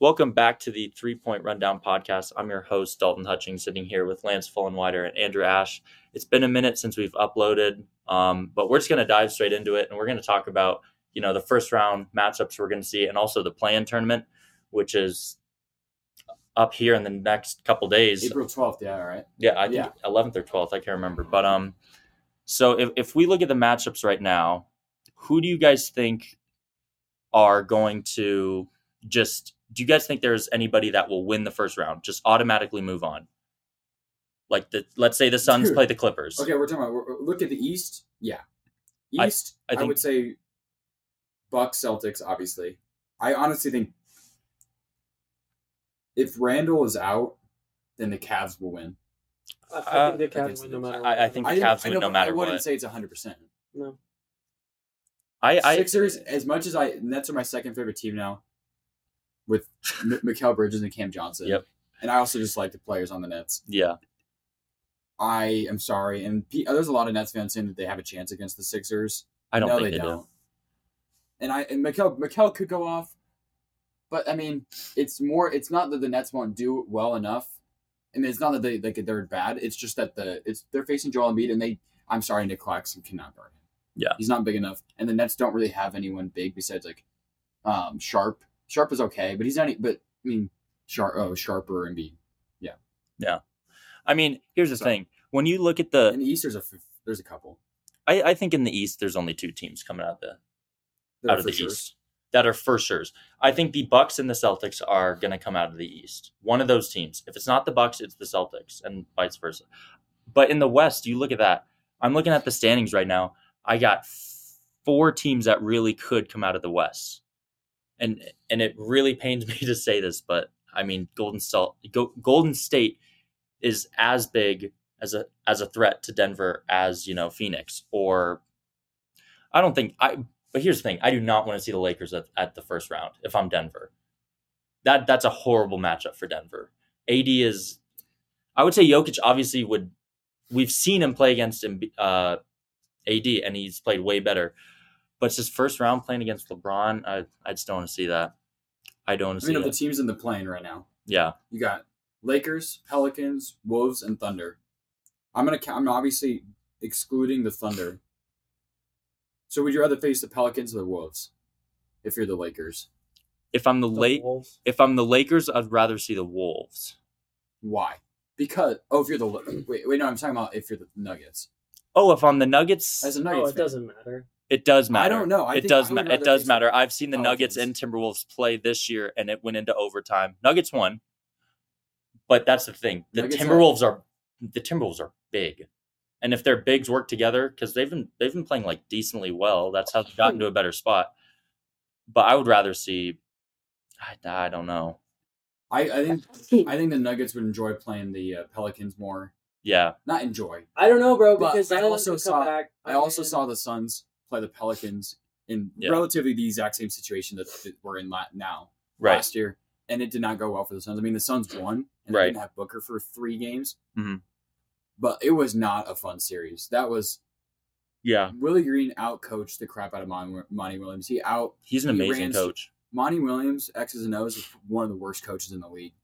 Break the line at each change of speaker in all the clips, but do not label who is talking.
Welcome back to the Three Point Rundown podcast. I'm your host, Dalton Hutchings, sitting here with Lance Fullenwider and Andrew Ash. It's been a minute since we've uploaded, um, but we're just going to dive straight into it and we're going to talk about you know the first round matchups we're going to see and also the play-in tournament, which is up here in the next couple days.
April 12th, yeah, all right.
Yeah, I think eleventh or twelfth. I can't remember. But um, so if if we look at the matchups right now, who do you guys think are going to just? Do you guys think there's anybody that will win the first round, just automatically move on? Like the let's say the Suns
Dude.
play the Clippers.
Okay, we're talking about, we're, look at the East. Yeah.
I-
East,
I
I,
think-
would say Bucks, Celtics, obviously. I honestly think if Randall is out, then the Cavs will win.
I,
Uh,
I think the
I
Cavs win
think so.
no matter.
I- I
what.
think-
I didn't-
Cavs
I
win
know,
no
but
matter
I wouldn't
what.
say it's 100%.
no.
I, I
Sixers, as much as I, Nets are my second favorite team now with M- Mikael Bridges and Cam Johnson.
Yep.
And I also just like the players on the Nets.
yeah
I am sorry. And P- there's a lot of Nets fans saying that they have a chance against the Sixers.
I don't
no,
think
they,
they,
don't.
do.
And I and Mikel Mikel could go off, but I mean, it's more. It's not that the Nets won't do well enough. I mean, it's not that they like they're bad. It's just that the it's they're facing Joel Embiid, and they. I'm sorry, Nick Claxton cannot guard him.
Yeah.
he's not big enough, and the Nets don't really have anyone big besides like, um, Sharp. Sharp is okay, but he's not. e- But I mean, Sharp. Oh, Sharper and Embiid.
I mean, here's the
So-
thing: when you look at the,
And the East there's a f- there's a couple.
I, I think in the East there's only two teams coming out of the
that
out
are
of the
for sure.
East that are for sure's. I think the Bucks and the Celtics are going to come out of the East. One of those teams. If it's not the Bucks, it's the Celtics, and vice versa. But in the West, you look at that. I'm looking at the standings right now. I got f- four teams that really could come out of the West, and and it really pains me to say this, but I mean, Golden Salt, Go, Golden State is as big as a as a threat to Denver as you know Phoenix or. I don't think I but here's the thing: I do not want to see the Lakers at, at the first round if I'm Denver. That that's a horrible matchup for Denver. AD is, I would say Jokic obviously would. We've seen him play against him, uh, AD, and he's played way better. But it's his first round playing against LeBron. I I just don't want to see that. I don't want
I
to see
mean, of the
that.
teams in the plane right now.
Yeah,
You got Lakers, Pelicans, Wolves, and Thunder. I'm gonna. ca- I'm obviously excluding the Thunder. So would you rather face the Pelicans or the Wolves? If you're the Lakers,
if I'm the,
The
late,
Wolves.
if I'm the Lakers, I'd rather see the Wolves.
why? Because oh, if you're the wait, wait, no, I'm talking about if you're the Nuggets.
Oh, if I'm the Nuggets,
As a
Oh,
Nuggets,
it doesn't matter.
It does matter.
I don't know. I
it
think
does.
I
Ma-
would
it
rather
does
face
matter. I've seen the Nuggets and
Pelicans.
Timberwolves play this year, and it went into overtime. Nuggets won, but that's the thing. The
Nuggets are-
Timberwolves are, the Timberwolves are big, and if their bigs work together, because they've been they've been playing like decently well. That's how they've gotten to a better spot. But I would rather see. I, I don't know.
I, I think I think the Nuggets would enjoy playing the uh, Pelicans more.
Yeah,
Not enjoy.
I don't know, bro.
But
Because
I
Zion
also
could come
saw-
Back,
I also
and-
saw the Suns play the Pelicans in
Yeah.
relatively the exact same situation that, that we're in la- now.
right.
last year, and it did not go well for the Suns. I mean, the Suns won, and
Right.
they didn't have Booker for three games.
Mhm.
But it was not a fun series. That was
Yeah,
Willie Green outcoached the crap out of Mon- Monty Williams. He out
he's an
He
amazing
ran s-
coach.
Monty Williams X's and O's is one of the worst coaches in the league.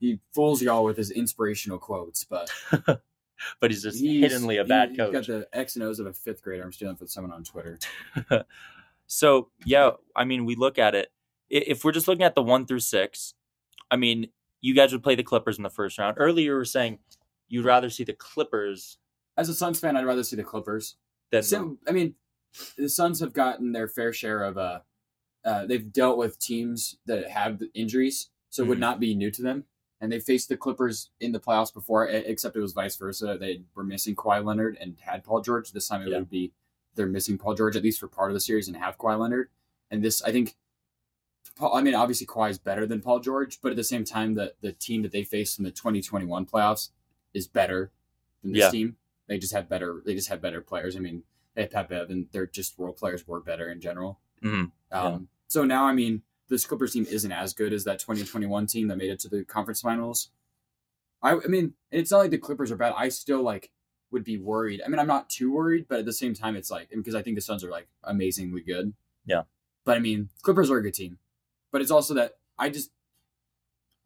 He fools y'all with his inspirational quotes, but
But he's just
he's
hiddenly a
he-
bad
he's
coach.
got the X and O's of a fifth grader. I'm stealing from someone on Twitter.
So yeah, I mean, we look at it. I- If we're just looking at the one through six, I mean, you guys would play the Clippers in the first round. Earlier, you were saying you'd rather see the Clippers
As a Suns fan, I'd rather see the Clippers.
than the-
Sim- I mean, the Suns have gotten their fair share of uh, uh they've dealt with teams that have the injuries, so it
Mhm.
would not be new to them. And they faced the Clippers in the playoffs before, e- except it was vice versa. They were missing Kawhi Leonard and had Paul George. This time it
Yeah.
would be they're missing Paul George at least for part of the series and have Kawhi Leonard. And this, I think, Paul, I mean, obviously Kawhi is better than Paul George, but at the same time, the the team that they faced in the 2021 playoffs is better than this
Yeah.
team. They just have better. They just have better players. I mean, they have Pat Bev, and they're just role players were better in general.
Mhm.
Um,
Yeah.
So now, I mean, this Clippers team isn't as good as that 2021 team that made it to the conference finals. I, I mean, it's not like the Clippers are bad. I still like would be worried. I mean, I'm not too worried, but at the same time, it's like because I think the Suns are like amazingly good.
Yeah.
But I mean, Clippers are a good team, but it's also that I just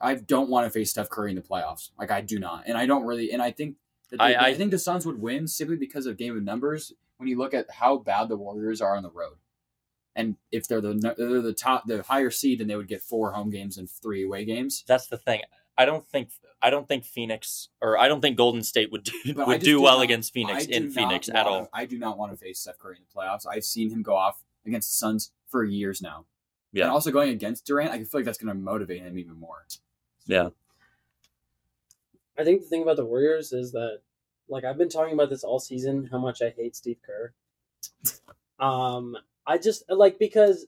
I don't want to face Steph Curry in the playoffs. Like I do not, and I don't really, and I think that they-
I- I-
I think the Suns would win simply because of game of numbers. When you look at how bad the Warriors are on the road, and if they're the nu- they're the top the higher seed, then they would get four home games and three away games.
That's the thing. I don't think I don't think Phoenix or I don't think Golden State would do,
But I
would
just
do,
do
well
not-
against Phoenix
I do
in
not
Phoenix at
wanna-
all.
I do not want to face Steph Curry in the playoffs. I've seen him go off against the Suns for years now.
Yeah.
And also going against Durant, I feel like that's going to motivate him even more.
Yeah.
I think the thing about the Warriors is that, like, I've been talking about this all season, how much I hate Steve Kerr. Um, I just like because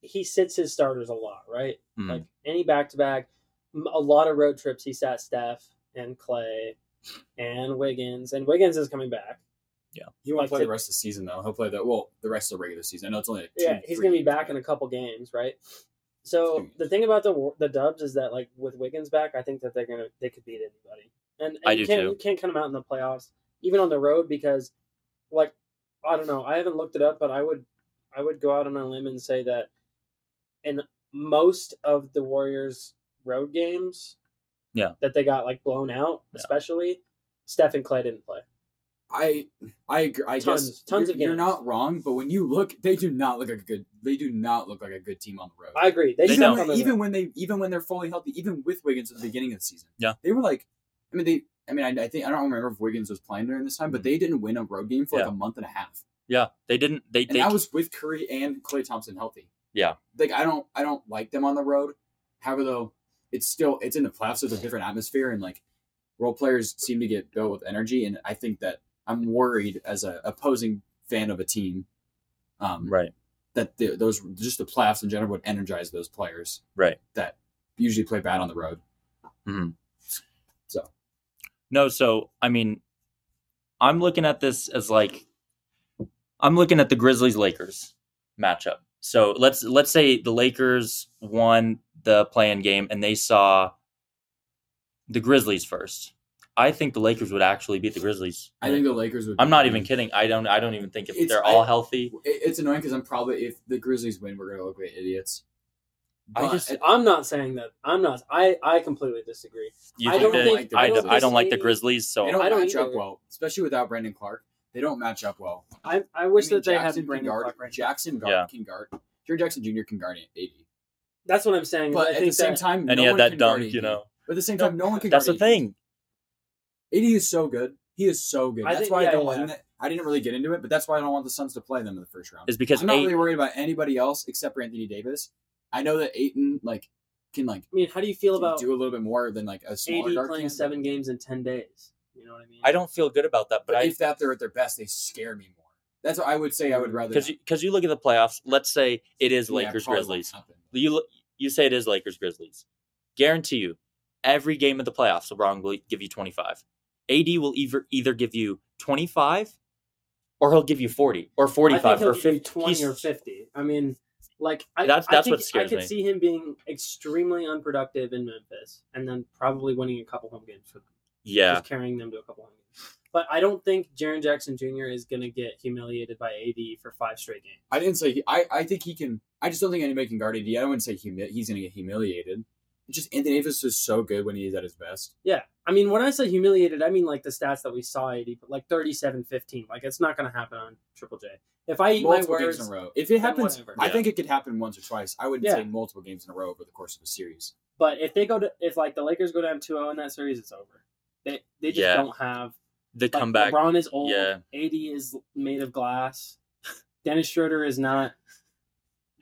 he sits his starters a lot, right?
Mhm.
Like any back to back, a lot of road trips. He sat Steph and Clay and Wiggins, and Wiggins is coming back.
He won't
Like
play
to-
the rest of the season though. He'll play the well the rest of the regular season. I know it's only a two,
Yeah, he's
three
gonna be
game
back in
tournament.
a couple games, right? So
Excuse me.
the thing about the Wa- the Dubs is that like with Wiggins back, I think that they're gonna they could beat anybody, and, and
I
you
do
can't
too.
you can't cut them out in the playoffs, even on the road because, like, I don't know, I haven't looked it up, but I would I would go out on a limb and say that in most of the Warriors road games,
Yeah.
that they got like blown out,
Yeah.
especially Steph and Clay didn't play.
I I agree. I
Tons-
guess
tons
you're,
of
you're
games.
not wrong, but when you look, they do not look like a good. They do not look like a good team on the road.
I agree. They,
They
should
don't.
even
come
when,
in
even when they even when they're fully healthy, even with Wiggins at the beginning of the season,
Yeah.
they were like, I mean, they, I mean, I, I think I don't remember if Wiggins was playing during this time, but they didn't win a road game for like
Mm-hmm. Yeah.
a month and a half,
Yeah, they didn't. They
and
they
that was with Curry and Clay Thompson healthy.
Yeah.
like I don't, I don't like them on the road. However, though, it's still it's in the playoffs. so It's a different atmosphere, and like role players seem to get built with energy, and I think that I'm worried as a opposing fan of a team. Um,
right.
that the, those just the playoffs in general would energize those players,
Right. Mm-hmm.
That usually play bad on the road.
No, so I mean, I'm looking at this as like I'm looking at the Grizzlies Lakers matchup. So let's let's say the Lakers won the play-in game and they saw the Grizzlies first. I think the Lakers would actually beat the Grizzlies.
I think the Lakers would.
I'm not even kidding. I don't I don't even think if
It's-
they're all
I-
healthy.
It- It's annoying because I'm probably if the Grizzlies win, we're gonna look like idiots.
I
But
just-
it-
I'm not saying that. I'm not. I I completely disagree.
You
I don't
they-
think-
I,
I don't
don't, I don't like the
disagree.
Grizzlies, so
they don't
I don't
match up
either.
well, especially without Brandon Clark. They don't match up well.
I, I wish
I mean,
that they
Jackson
had
can
Brandon
guard,
Clark. Right
Jackson guard,
Yeah.
can guard. Jordan Jackson Jr. can guard at 80,
now. That's what I'm saying. is
but
I
at
think
the same
that-
time,
and he
no
had
one
that
can guard
dunk, you
80.
know.
But at the same
No,
time, no one can.
That's the
guard
thing.
80. 80 is so good. He is so good.
I
That's
think-
why
yeah,
I don't.
yeah.
and that- I didn't really get into it, but that's why I don't want the Suns to play them in the first round.
Is because
I'm not
eight,
really worried about anybody else except for Anthony Davis. I know that Aiton like can like
I mean, how do you feel about
do a little bit more than like a smaller
AD
guard
playing
can,
seven games in ten days? You know what I mean?
I don't feel good about that, but
But
I
if that they're at their best, they scare me more. That's what I would say. I would rather
because
not.
you, 'cause you look at the playoffs. Let's say it is
Yeah,
Lakers
probably won't
Grizzlies.
happen.
You l- you say it is Lakers Grizzlies. Guarantee you, every game of the playoffs, LeBron will give you twenty five. AD will either either give you twenty five, or he'll give you forty or forty
I think
five
he'll
or
give you
fifty.
twenty or
he's-
fifty. I mean, like I,
That's-
I
that's
think
what scares
I could
me.
see him being extremely unproductive in Memphis, and then probably winning a couple home games for them,
Yeah,
just carrying them to a couple home games. But I don't think Jaron Jackson Jr. is going to get humiliated by AD for five straight games.
I didn't say. He, I I think he can. I just don't think anybody can guard AD. I wouldn't say humi- he's going to get humiliated. It's just Anthony Davis is so good when he is at his best.
I mean, when I say humiliated, I mean like the stats that we saw AD, but like 37 15. Like, it's not going to happen on Triple J. If I eat
multiple
my words,
games in a row. If it happens,
whatever.
I
Yeah.
think it could happen once or twice. I wouldn't
Yeah.
say multiple games in a row over the course of a series.
but if they go to, if like the Lakers go down 2 0 in that series, it's over. They, they just
Yeah.
don't have.
the
Like,
comeback.
LeBron is old.
Yeah.
AD is made of glass. Dennis Schroeder is not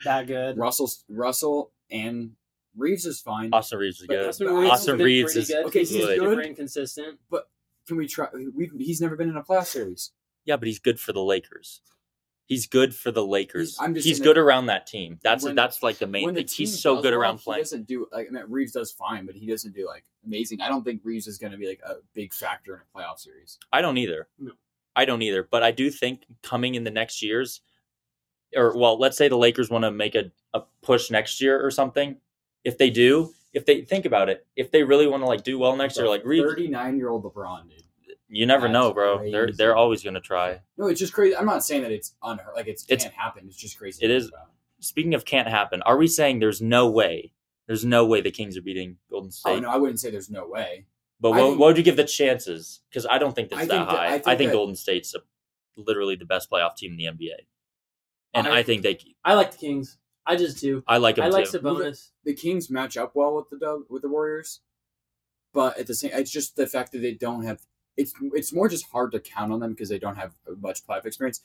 that good.
Russell Russell and Reeves is fine.
Austin Reeves is
But
good.
that's-
Austin Reeves,
Austin
has been
Reeves
pretty
is
good.
okay,
He's
he's
been
good.
pretty consistent.
Can we try? We, he's never been in a playoff series.
Yeah, but he's good for the Lakers. He's good for the Lakers.
I'm just
he's
saying
good
that-
around that team. That's
When-
that's like the main
When the
thing. He's
team
so
does
good
well,
around
He
playing.
doesn't do like I mean, Reeves does fine, but he doesn't do like amazing. I don't think Reeves is going to be like a big factor in a playoff series.
I don't either.
No.
I don't either. But I do think coming in the next years, or well, let's say the Lakers want to make a, a push next year or something. If they do, if they think about it, if they really want to like do well next year, like Reeves,
thirty-nine year old LeBron, dude.
you never
That's
know, bro. They're
crazy.
they're always gonna try.
No, it's just crazy. I'm not saying that it's unheard. Like it's,
It's-
can't happen. It's just crazy.
it
to
is-
think about.
Speaking of can't happen, are we saying there's no way? There's no way the Kings are beating Golden State.
Oh no, I wouldn't say there's no way.
But
I
what,
think-
what would you give the chances? Because I don't think that's
I
that
think that-
high.
I
I
think
think,
that-
Golden State's a, literally the best playoff team in the NBA, and
I-
I, think they.
I like the Kings. I just do.
I like them
I like
too.
Sabonis.
The Kings match up well with the Dub- with the Warriors, but at the same, it's just the fact that they don't have. It's it's more just hard to count on them because they don't have much playoff experience.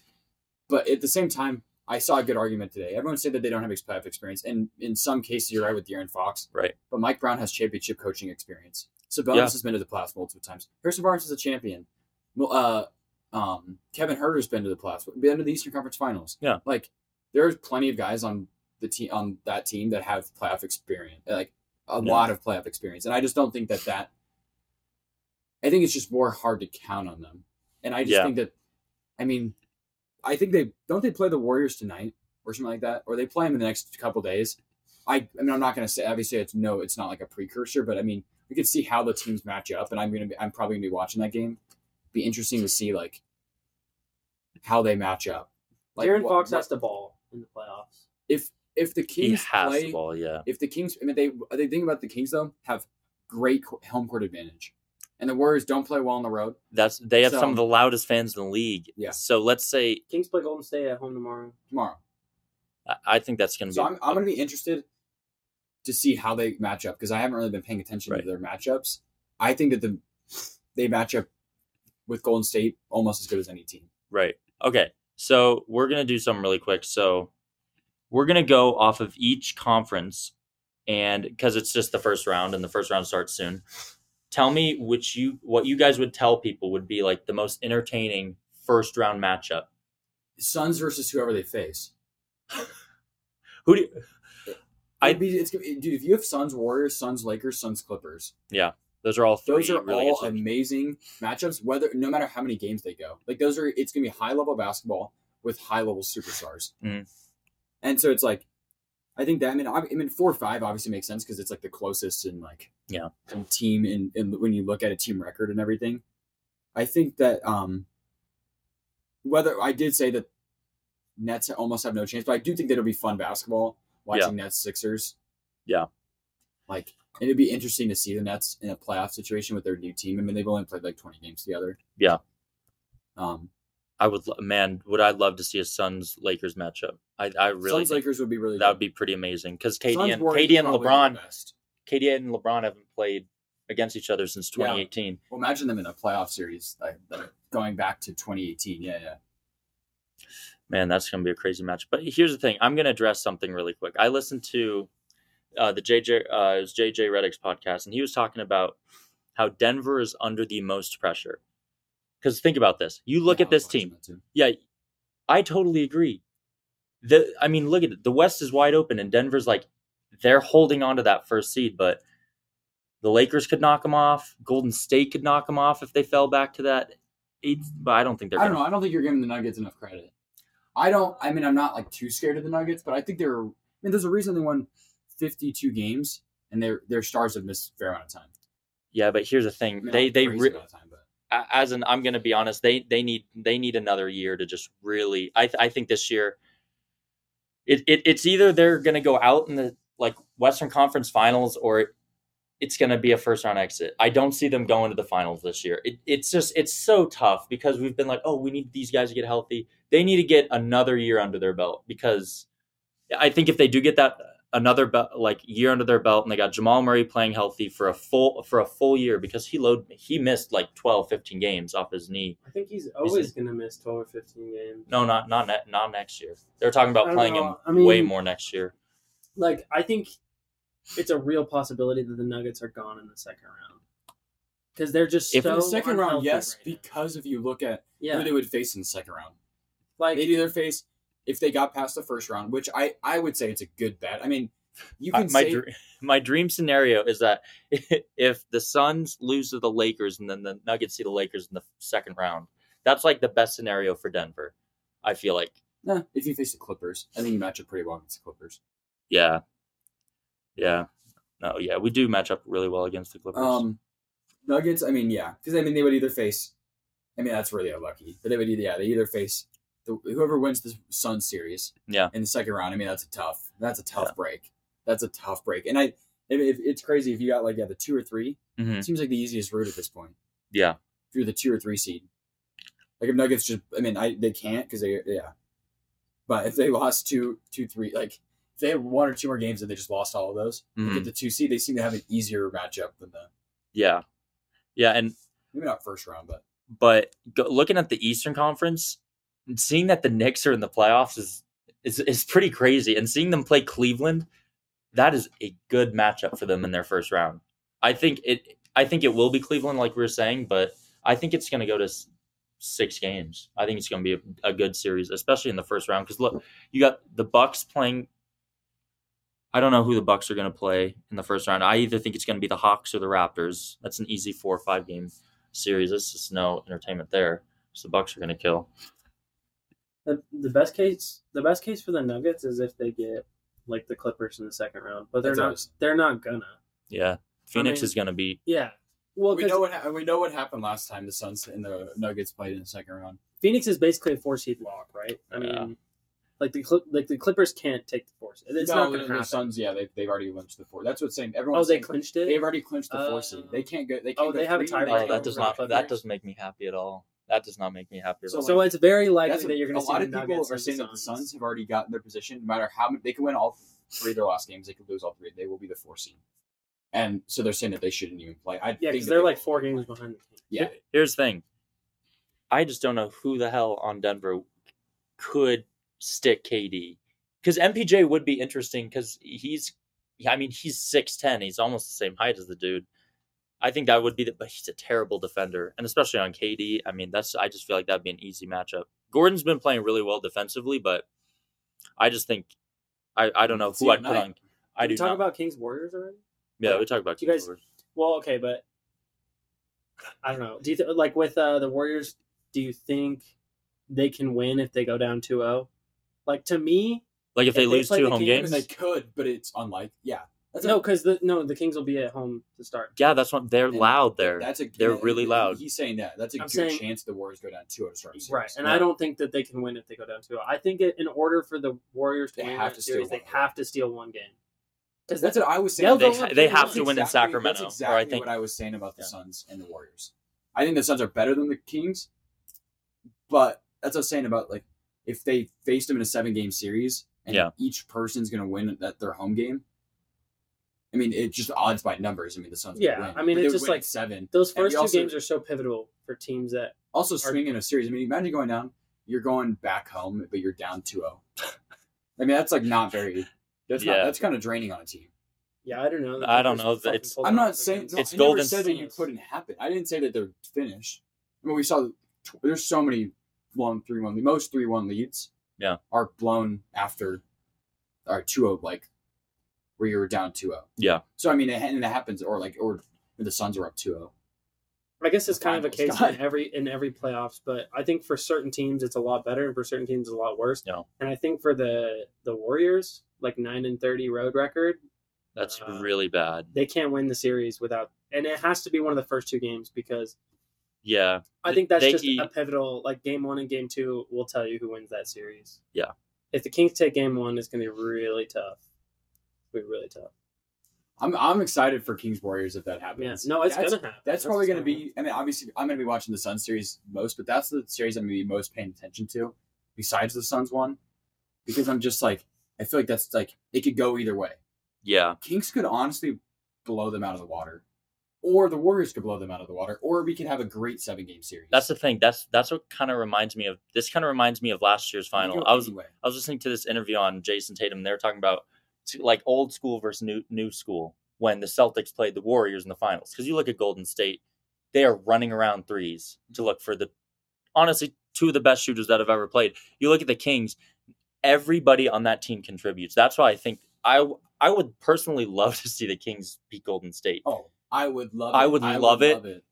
But at the same time, I saw a good argument today. Everyone said that they don't have ex- playoff experience, and in some cases, you're right with De'Aaron Fox.
Right.
But Mike Brown has championship coaching experience. Sabonis
Yeah.
has been to the playoffs multiple times. Harrison Barnes is a champion. Well, uh, um, Kevin Herter's been to the playoffs, been to the Eastern Conference Finals.
Yeah.
like there's plenty of guys on the team on that team that have playoff experience, like a
Yeah.
lot of playoff experience, and I just don't think that that. I think it's just more hard to count on them, and I just
Yeah.
think that, I mean, I think they don't they play the Warriors tonight or something like that, or they play them in the next couple days. I, I mean, I'm not going to say obviously it's no, it's not like a precursor, but I mean, we could see how the teams match up, and I'm gonna be, I'm probably gonna be watching that game. Be interesting to see like how they match up. Like,
Darren
what-
Fox
what-
has to ball in the playoffs.
if if the
He
Kings
has
play,
the ball, yeah.
if the Kings, I mean, they the thing about the Kings though have great co- home court advantage, and the Warriors don't play well on the road.
That's they have
So-
some of the loudest fans in the league.
Yeah.
So let's say
Kings play Golden State at home tomorrow.
tomorrow.
I- I think that's going to
So
be.
I'm, I'm going to be interested to see how they match up because I haven't really been paying attention
Right.
to their matchups. I think that the they match up with Golden State almost as good as any team.
Right. Okay. So we're gonna do some really quick. So we're gonna go off of each conference, and because it's just the first round, and the first round starts soon. Tell me which you what you guys would tell people would be like the most entertaining first round matchup.
Suns versus whoever they face.
Who do you, I-
I'd be it's gonna be- dude. If you have Suns Warriors, Suns Lakers, Suns Clippers,
those are all three.
those are
really
all
good teams.
amazing matchups. Whether no matter how many games they go, like those are it's gonna be high level basketball with high level superstars.
Mhm.
And so it's like, I think that I mean I I mean four or five obviously makes sense because it's like the closest in like
Yeah.
in team and in, when you look at a team record and everything. I think that um whether I did say that Nets almost have no chance, but I do think that it'll be fun basketball watching Nets Sixers.
Yeah.
Like and it'd be interesting to see the Nets in a playoff situation with their new team. I mean, they've only played like 20 games together.
Yeah.
Um,
I would lo- man, would I love to see a Suns Lakers matchup? I I really
Suns
think
Lakers would be really
that
good.
would be pretty amazing because KD
Suns,
and
Warriors
KD and
probably
LeBron,
the best.
KD and LeBron haven't played against each other since
Yeah.
2018.
Well, imagine them in a playoff series like, like, going back to 2018. Yeah, yeah.
Man, that's going to be a crazy match. But here's the thing: I'm going to address something really quick. I listened to uh, the JJ uh, it was JJ Reddick's podcast, and he was talking about how Denver is under the most pressure. Because think about this: you look
Yeah,
at
I was
this
watching
team.
that too.
Yeah, I totally agree. The I mean, look at it. The West is wide open, and Denver's like they're holding on to that first seed, but the Lakers could knock them off. Golden State could knock them off if they fell back to that eighth. But I don't think they're.
I
Gonna,
don't know. I don't think you're giving the Nuggets enough credit. I don't. I mean, I'm not like too scared of the Nuggets, but I think they're. I mean, there's a reason they won 52 games, and their their stars have missed a fair amount of time.
Yeah, but here's the
I
thing:
mean,
they
not
they
crazy
re-
amount of time, but
a- as an I'm going to be honest, they they need they need another year to just really. I th- I think this year, it, it it's either they're going to go out in the like Western Conference Finals or it, it's going to be a first round exit. I don't see them going to the finals this year. It, it's just it's so tough because we've been like, oh, we need these guys to get healthy. They need to get another year under their belt because I think if they do get that another be- like year under their belt and they got Jamal Murray playing healthy for a full for a full year because he load he missed like 12 15 games off his knee.
I think he's always going to miss 12 or 15 games.
No, not not ne- not next year. They're talking
I
about
don't
playing
know.
him
I mean-
way more next year.
Like, I think it's a real possibility that the Nuggets are gone in the second round. Because they're just
If-
so
in the second round,
unhealthy
yes,
right now.
because if you look at
yeah,
who they would face in the second round,
like
they'd either face if they got past the first round, which I I would say it's a good bet. I mean, you
I-
can
my
say
dr- my dream scenario is that if the Suns lose to the Lakers and then the Nuggets see the Lakers in the second round, that's like the best scenario for Denver. I feel like,
nah, if you face the Clippers, I think you match up pretty well against the Clippers.
yeah, yeah, no, yeah, we do match up really well against the Clippers.
Um, Nuggets, I mean, yeah, because I mean they would either face I mean, that's where they are lucky. But they would, either- yeah, they either face the, whoever wins the Sun series,
Yeah.
in the second round. I mean, that's a tough, that's a tough break. That's a tough break. And I, I mean, if, it's crazy if you got like yeah, the two or three.
Mhm.
It seems like the easiest route at this point.
Yeah.
If you're the two or three seed, like if Nuggets just, I mean, I they can't because they yeah, but if they lost two, two, three, like if they had one or two more games and they just lost all of those, they
Mhm.
get the two seed. They seem to have an easier matchup than the
Yeah. Yeah. And
maybe not first round, but
but go, looking at the Eastern Conference, and seeing that the Knicks are in the playoffs is, is is pretty crazy, and seeing them play Cleveland, that is a good matchup for them in their first round. I think it. I think it will be Cleveland, like we were saying, but I think it's going to go to s- six games. I think it's going to be a, a good series, especially in the first round. Because look, you got the Bucks playing. I don't know who the Bucks are going to play in the first round. I either think it's going to be the Hawks or the Raptors. That's an easy four or five game series. There's just no entertainment there. So the Bucks are gonna kill.
The, the best case, the best case for the Nuggets is if they get like the Clippers in the second round, but they're
That's
not.
ours.
They're not gonna.
Yeah, Phoenix
mean-
is gonna be.
Yeah. Well,
we
'cause
know what ha- we know what happened last time the Suns and the Nuggets played in the second round.
Phoenix is basically a four seed lock, right? I mean,
Yeah.
like the Clip- like the Clippers can't take the four seed. It's
no,
not going
the,
to happen.
the Suns. Yeah, they have already clinched the four. That's what's saying.
oh,
Everyone's
they
saying
clinched it.
they've already clinched the
Uh,
four seed. They can't go. They can't
oh,
go
they have a
three, and
tiebreaker
Oh,
they
that
can't
does
go
not.
over
That
the
doesn't make me happy at all. That does not make me happy at
So,
all.
so it's very likely
That's
that
what-
you're going
a
to see
lot
the
of people
Nuggets
are
and
saying that
the
the
Suns.
Suns have already gotten their position. No matter how many, they can win all three of their last games, they could lose all three. They will be the four seed, and so they're saying that they shouldn't even play.
Yeah,
I think
because
that
they're
they-
like four games behind.
yeah.
Here's the thing. I just don't know who the hell on Denver could stick KD because MPJ would be interesting because he's. I mean, he's six ten. He's almost the same height as the dude. I think that would be the, but he's a terrible defender, and especially on KD. I mean, that's I just feel like that'd be an easy matchup. Gordon's been playing really well defensively, but I just think I, I don't know
See
who
you
I'd put
tonight.
on. I
Did we
do
talk
not.
about Kings Warriors already.
yeah, we talked about
you guys-
Kings.
Well, okay, but I don't know. Do you th- like with uh, the Warriors? Do you think they can win if they go down 2-0? Like to me,
like if
if
they
they
lose
play
two
the
home
Kings-
games.
And they could, but it's unlike. Yeah, that's
no, because the no the Kings will be at home to start.
yeah, that's what they're
And
loud
A,
there.
that's a.
They're
and-
really
and
loud.
He's saying that. That's a
I'm
good
saying-
chance the Warriors go down two out of starting series.
Right, and
Yeah.
I don't think that they can win if they go down 2-0. I think it, in order for the Warriors to
They
win
have
that
to steal
series, they
one.
have to steal one game. Because
That's what I was
They'll
saying.
they
go
ha-
up
they
two
have
one.
to win in
That's exactly-
Sacramento,
That's
or
exactly
I think
what I was saying about the
Yeah.
Suns and the Warriors. I think the Suns are better than the Kings, but that's what I was saying about like if they faced them in a seven game series and
Yeah.
each person's going to win at their home game. I mean, it's just odds by numbers. I mean, the Suns. would
Yeah,
win,
I mean,
but they
it's
would
just
win
like-
at seven.
those
And we
first two
also-
games are so pivotal for teams that
Also, swinging a series. I mean, imagine going down. You're going back home, but you're down 2-0. I mean, that's like not very. That's
Yeah.
not. That's kind of draining on a team.
yeah, I don't know.
I don't know.
Fucking
It's-
pulled
I'm
it off
not saying
against-
no,
It's
I
golden
never said that you
standards.
couldn't happen. I didn't say that they're finished. I mean, we saw tw- there's so many blown three one. Most three one leads,
Yeah.
are blown after or 2-0, oh, like where you were down 2-0.
Yeah.
So I mean, it, ha- and it happens, or like, or the Suns are up oh. 2-0.
I guess it's
The
kind of a
finals,
case
God.
in every in every playoffs, but I think for certain teams it's a lot better, and for certain teams it's a lot worse.
No.
And I think for the the Warriors, like nine and thirty road record,
That's
Uh,
really bad.
they can't win the series without, and it has to be one of the first two games because
Yeah,
I think that's
They-
just
he-
a pivotal. Like game one and game two will tell you who wins that series.
Yeah.
If the Kings take game one, it's going to be really tough. It'll be really tough.
I'm I'm excited for Kings Warriors if that happens.
Yeah. No, it's
That's-
gonna happen.
That's probably going to
gonna
be. I mean, obviously, I'm going to be watching the Suns series most, but that's the series I'm going to be most paying attention to, besides the Suns one, because I'm just like, I feel like that's like it could go either way.
yeah,
Kings could honestly blow them out of the water, or the Warriors could blow them out of the water, or we could have a great seven game series.
that's the thing. That's that's what kind of reminds me of this. Kind of reminds me of last year's
It could
final.
go
I was
any way.
I was listening to this interview on Jason Tatum. They were talking about t- like old school versus new new school when the Celtics played the Warriors in the finals. Because you look at Golden State, they are running around threes to look for the honestly two of the best shooters that have ever played. You look at the Kings, everybody on that team contributes. That's why I think I w- I would personally love to see the Kings beat Golden State.
Oh, I would love.
I
it.
would love it.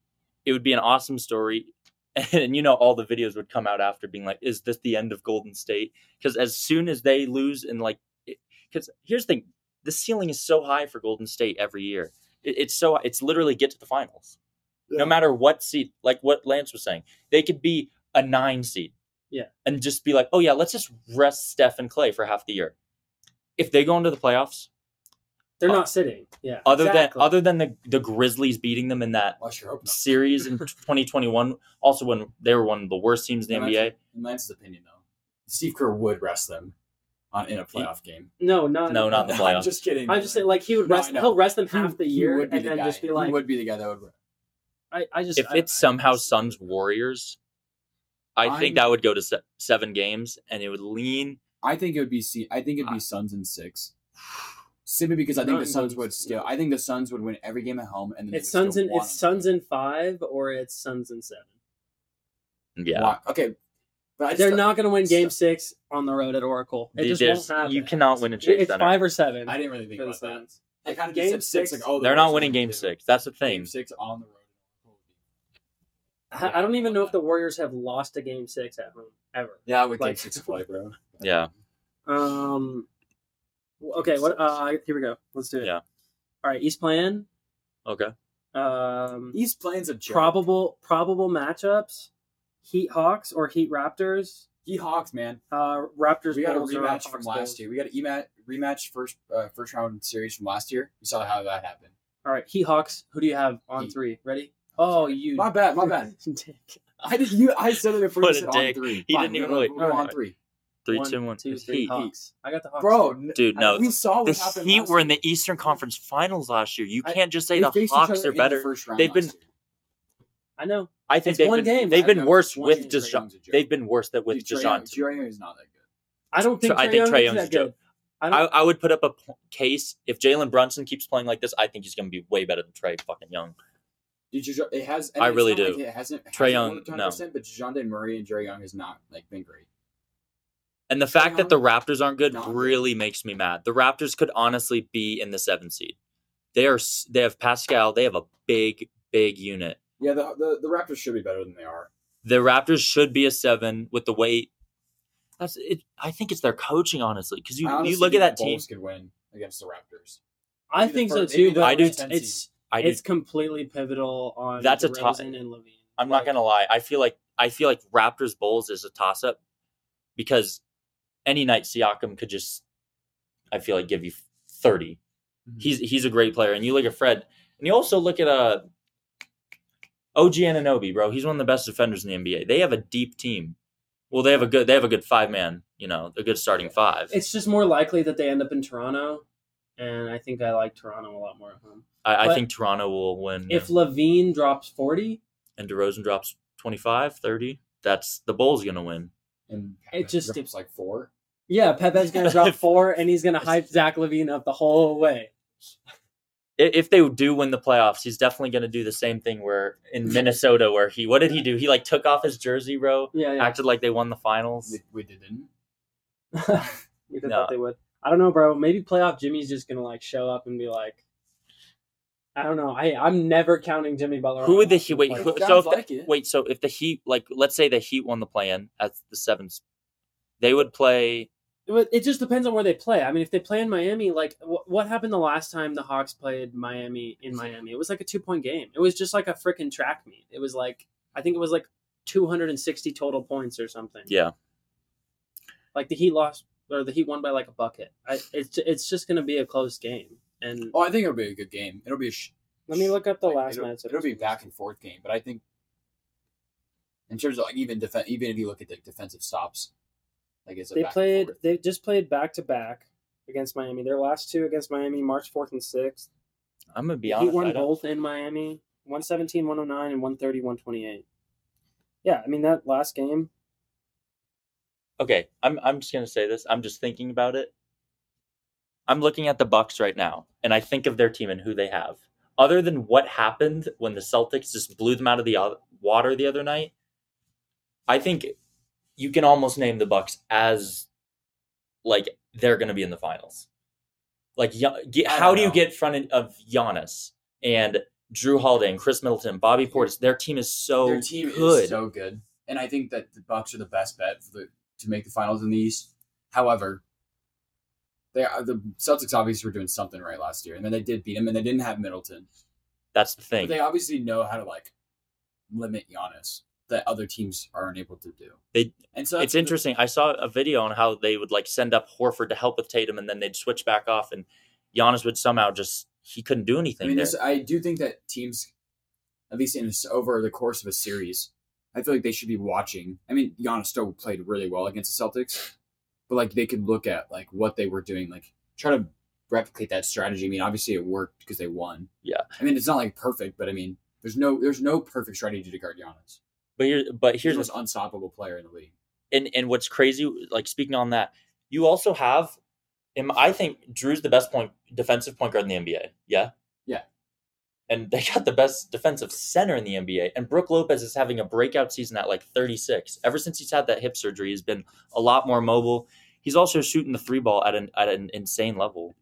It would be an awesome story. And you know, all the videos would come out after being like, "Is this the end of Golden State?" Because as soon as they lose, and like, because here's the thing: the ceiling is so high for Golden State every year. It, it's so it's literally get to the finals.
Yeah.
No matter what seed, like what Lance was saying, they could be a nine seed.
Yeah.
And just be like, oh yeah, let's just rest Steph and Clay for half the year. If they go into the playoffs,
They're not sitting. Yeah.
other
Exactly.
than other than the, the Grizzlies beating them in that
Well, I sure hope not.
series in 2021, also when they were one of the worst teams in
And
the
that's-
NBA.
In Lance's opinion, though, Steve Kerr would rest them on in a playoff game.
no, not
No, not the
I'm
playoffs.
just kidding.
I'm just saying, like he would
No, I
rest.
know.
he'll rest them
He-
half the
he
year
would be
and
the
then
guy.
just be like,
he would be the guy that would. rest.
I, I just
if
I-
it's
I-
somehow Suns Warriors, I
I'm-
think that would go to se- seven games, and it would lean.
I think it would be. Se- I think it'd be Suns and six. Simply because I think
Not
the
Ah.
Suns
in-
would still. I think the Suns would win every game at home, and then they
it's
would
Suns
still
and
want
it's Suns and five or it's Suns and seven.
them.
Yeah,
Why- Okay, but I just,
They're not going to win Game Six on the road at Oracle. It
The-
just
there's-
won't happen.
you cannot win a
It-
Chase
it's
Center.
five or seven.
I didn't really think
for the
about that.
Suns.
I kind of
Game
just said six.
six-
Like, oh,
They're not winning
Warriors
Game
won.
Six. That's the
Game
thing.
six on the road.
I I don't even know if the Warriors have lost a Game Six at home ever.
Yeah, with
Like-
Game Six play, bro.
Yeah,
Um. Okay. What? Uh. Here we go. Let's do it.
Yeah.
All right. East plan.
okay.
Um.
East Plains a joke.
Probable probable matchups: Heat Hawks or Heat Raptors.
He Hawks, man.
Uh. Raptors.
We got a
Bulls or
rematch
Hawks
from
Bulls.
last year. We got a emat- rematch first uh, first round series from last year. We saw how that happened.
All right. Heat Hawks. Who do you have on
Heat.
three? Ready? Oh, you.
My bad, my bad.
Dick.
I did. You, I said it before.
What
you
a
said
dick.
on three.
He didn't even
we're-
really-
we're on
Alright.
three,
Three,
One,
two, one.
two,
It's
three,
Heat.
Hawks. I got the Hawks.
bro. n-
Dude, no.
we saw what
The
happened.
Heat
last
were in
year.
the Eastern Conference Finals last year. You
I-
can't just say
They
the
faced each
Hawks
other
are
in the
better.
first round
They've
last
been-
year.
I know.
I think
It's
they've
one
been
game.
they've
I
been
know,
worse
Trae
with
Young's a
DeJounte.
joke.
They've been worse that with
Dude, Trae Young-
DeJounte.
Trae Young is not that good.
I don't think.
So I think
Trae
Trae
Young's
Young's
that
a joke.
good. I
I,
don't.
I would put up a p- case if Jalen Brunson keeps playing like this. I think he's going to be way better than Trey fucking Young.
Dude, Jaj- it has.
I
it's
really
not like
do.
it hasn't.
Trae
hasn't
Young,
worked
no.
100%, But Dejounte Murray and Trae Young has not like been great.
And the fact that the Raptors aren't good
Not good.
really makes me mad. The Raptors could honestly be in the seventh seed. They are. s- They have Pascal. They have a big, big unit.
Yeah, the, the the Raptors should be better than they are.
The Raptors should be a seven with the way. That's it. I think it's their coaching, honestly, because you
I honestly
you look at that
think the
team.
Bulls could win against the Raptors.
I
Maybe the
think so
first-
too.
maybe the
But
I do
first 10 seed.
It's
I do,
it's completely pivotal on
That's a
DeRozan
top-
and Levine.
I'm
Like,
not gonna lie. I feel like I feel like Raptors Bulls is a toss up because any night Siakam could just. I feel like give you thirty.
Mm-hmm.
He's he's a great player, and you look at Fred, and you also look at uh, OG Ananobi, bro. He's one of the best defenders in the NBA. They have a deep team. Well, they have a good they have a good five man. You know, a good starting five.
It's just more likely that they end up in Toronto, and I think I like Toronto a lot more at home.
I,
but-
I think Toronto will win.
If Levine drops forty,
and DeRozan drops 25, 30, that's the Bulls gonna win.
And
It just-
it's like four.
yeah, Pepe's gonna drop four, and he's gonna hype Zach Levine up the whole way.
I- If they do win the playoffs, he's definitely gonna do the same thing where in Minnesota, where he what did he do? He like took off his jersey, bro.
Yeah, yeah.
Acted like they won the finals.
We, we didn't.
we did
No.
thought they would. I don't know, bro. Maybe playoff Jimmy's just gonna like show up and be like, I don't know. I I'm never counting Jimmy Butler.
Who
out
would the
of
Heat? Wait,
playoffs.
who,
It
so
sounds
if the-
like it.
wait, so if the Heat, like, let's say the Heat won the play-in as the seventh, they would play.
But it just depends on where they play. I mean, if they play in Miami, like wh- what happened the last time the Hawks played Miami in Miami? It was like a two point game. It was just like a freaking track meet. It was like I think it was like two hundred and sixty total points or something.
Yeah,
Like the Heat lost or the Heat won by like a bucket. I, it's it's just gonna be a close game. And
Oh, I think it'll be a good game. It'll be a sh-
let me look up the
like,
last
it'll,
matchup.
It'll be back and forth game, but I think in terms of like even defen even if you look at the defensive stops, like it's a
They
back and
played.
forth.
They just played back to back against Miami. Their last two against Miami, March fourth and sixth.
I'm gonna be
He
honest. I
won
don't-
both in Miami 117, 109, and 130, 128. Yeah, I mean, that last game,
okay, I'm I'm just gonna say this. I'm just thinking about it. I'm looking at the Bucks right now, and I think of their team and who they have. Other than what happened when the Celtics just blew them out of the o- water the other night, I think you can almost name the Bucks as like they're gonna be in the finals. Like, Ya- ge-
I
how
don't
do you
know.
get in front of Giannis and Drew Holiday and Chris Middleton, Bobby Portis? Their team is so
Their team
good.
is so good, and I think that the Bucks are the best bet for the, to make the finals in the East. However, they are, the Celtics obviously were doing something right last year, and then they did beat them, and they didn't have Middleton.
That's the thing.
But they obviously know how to like limit Giannis that other teams aren't able to do.
They-
and so
it's
that's-
interesting. I saw a video on how they would like send up Horford to help with Tatum, and then they'd switch back off, and Giannis would somehow just he couldn't do
I
anything.
mean,
there.
there's- I do think that teams, at least in this, over the course of a series, I feel like they should be watching. I mean, Giannis still played really well against the Celtics, but like they could look at like what they were doing, like try to replicate that strategy. I mean, obviously it worked because they won.
Yeah.
I mean, it's not like perfect, but I mean, there's no there's no perfect strategy to guard Giannis.
But here, but
He's
here's
the
what's
most unstoppable player in the league.
and and what's crazy, like speaking on that, you also have, and I think Drew's the best point defensive point guard in the NBA. Yeah.
Yeah.
And they got the best defensive center in the NBA. And Brooke Lopez is having a breakout season at like 36. Ever since he's had that hip surgery, he's been a lot more mobile. He's also shooting the three ball at an at an insane level.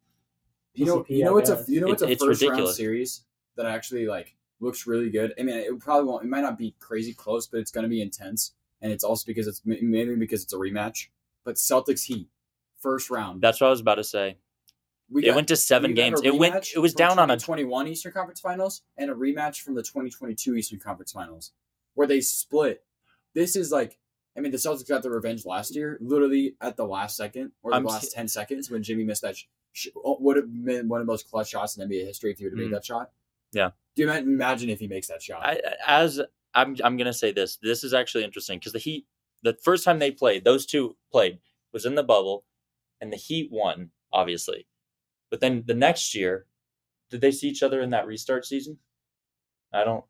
You know,
PCP,
you know
I
it's a
guess.
you know
It-
it's a
it's
first round
ridiculous.
series that actually like looks really good. I mean, it probably won't. It might not be crazy close, but it's going to be intense, and it's also because it's m- maybe because it's a rematch. But Celtics Heat first round.
That's what I was about to say.
we
it went to seven
we got a
games. It went.
rematch
It was
from
down on a.
2021 Eastern Conference Finals and a rematch from the 2022 Eastern Conference Finals where they split. This is like. I mean, the Celtics got their revenge last year, literally at the last second or the
I'm
last
s-
ten seconds when Jimmy missed that. Sh- sh- oh, would have been one of the most clutch shots in NBA history if he would have
Mm.
made that shot.
Yeah.
Do you ima- imagine if he makes that shot?
I, as I'm, I'm gonna say this. This is actually interesting because the Heat, the first time they played, those two played was in the bubble, and the Heat won obviously. But then the next year, did they see each other in that restart season? I don't.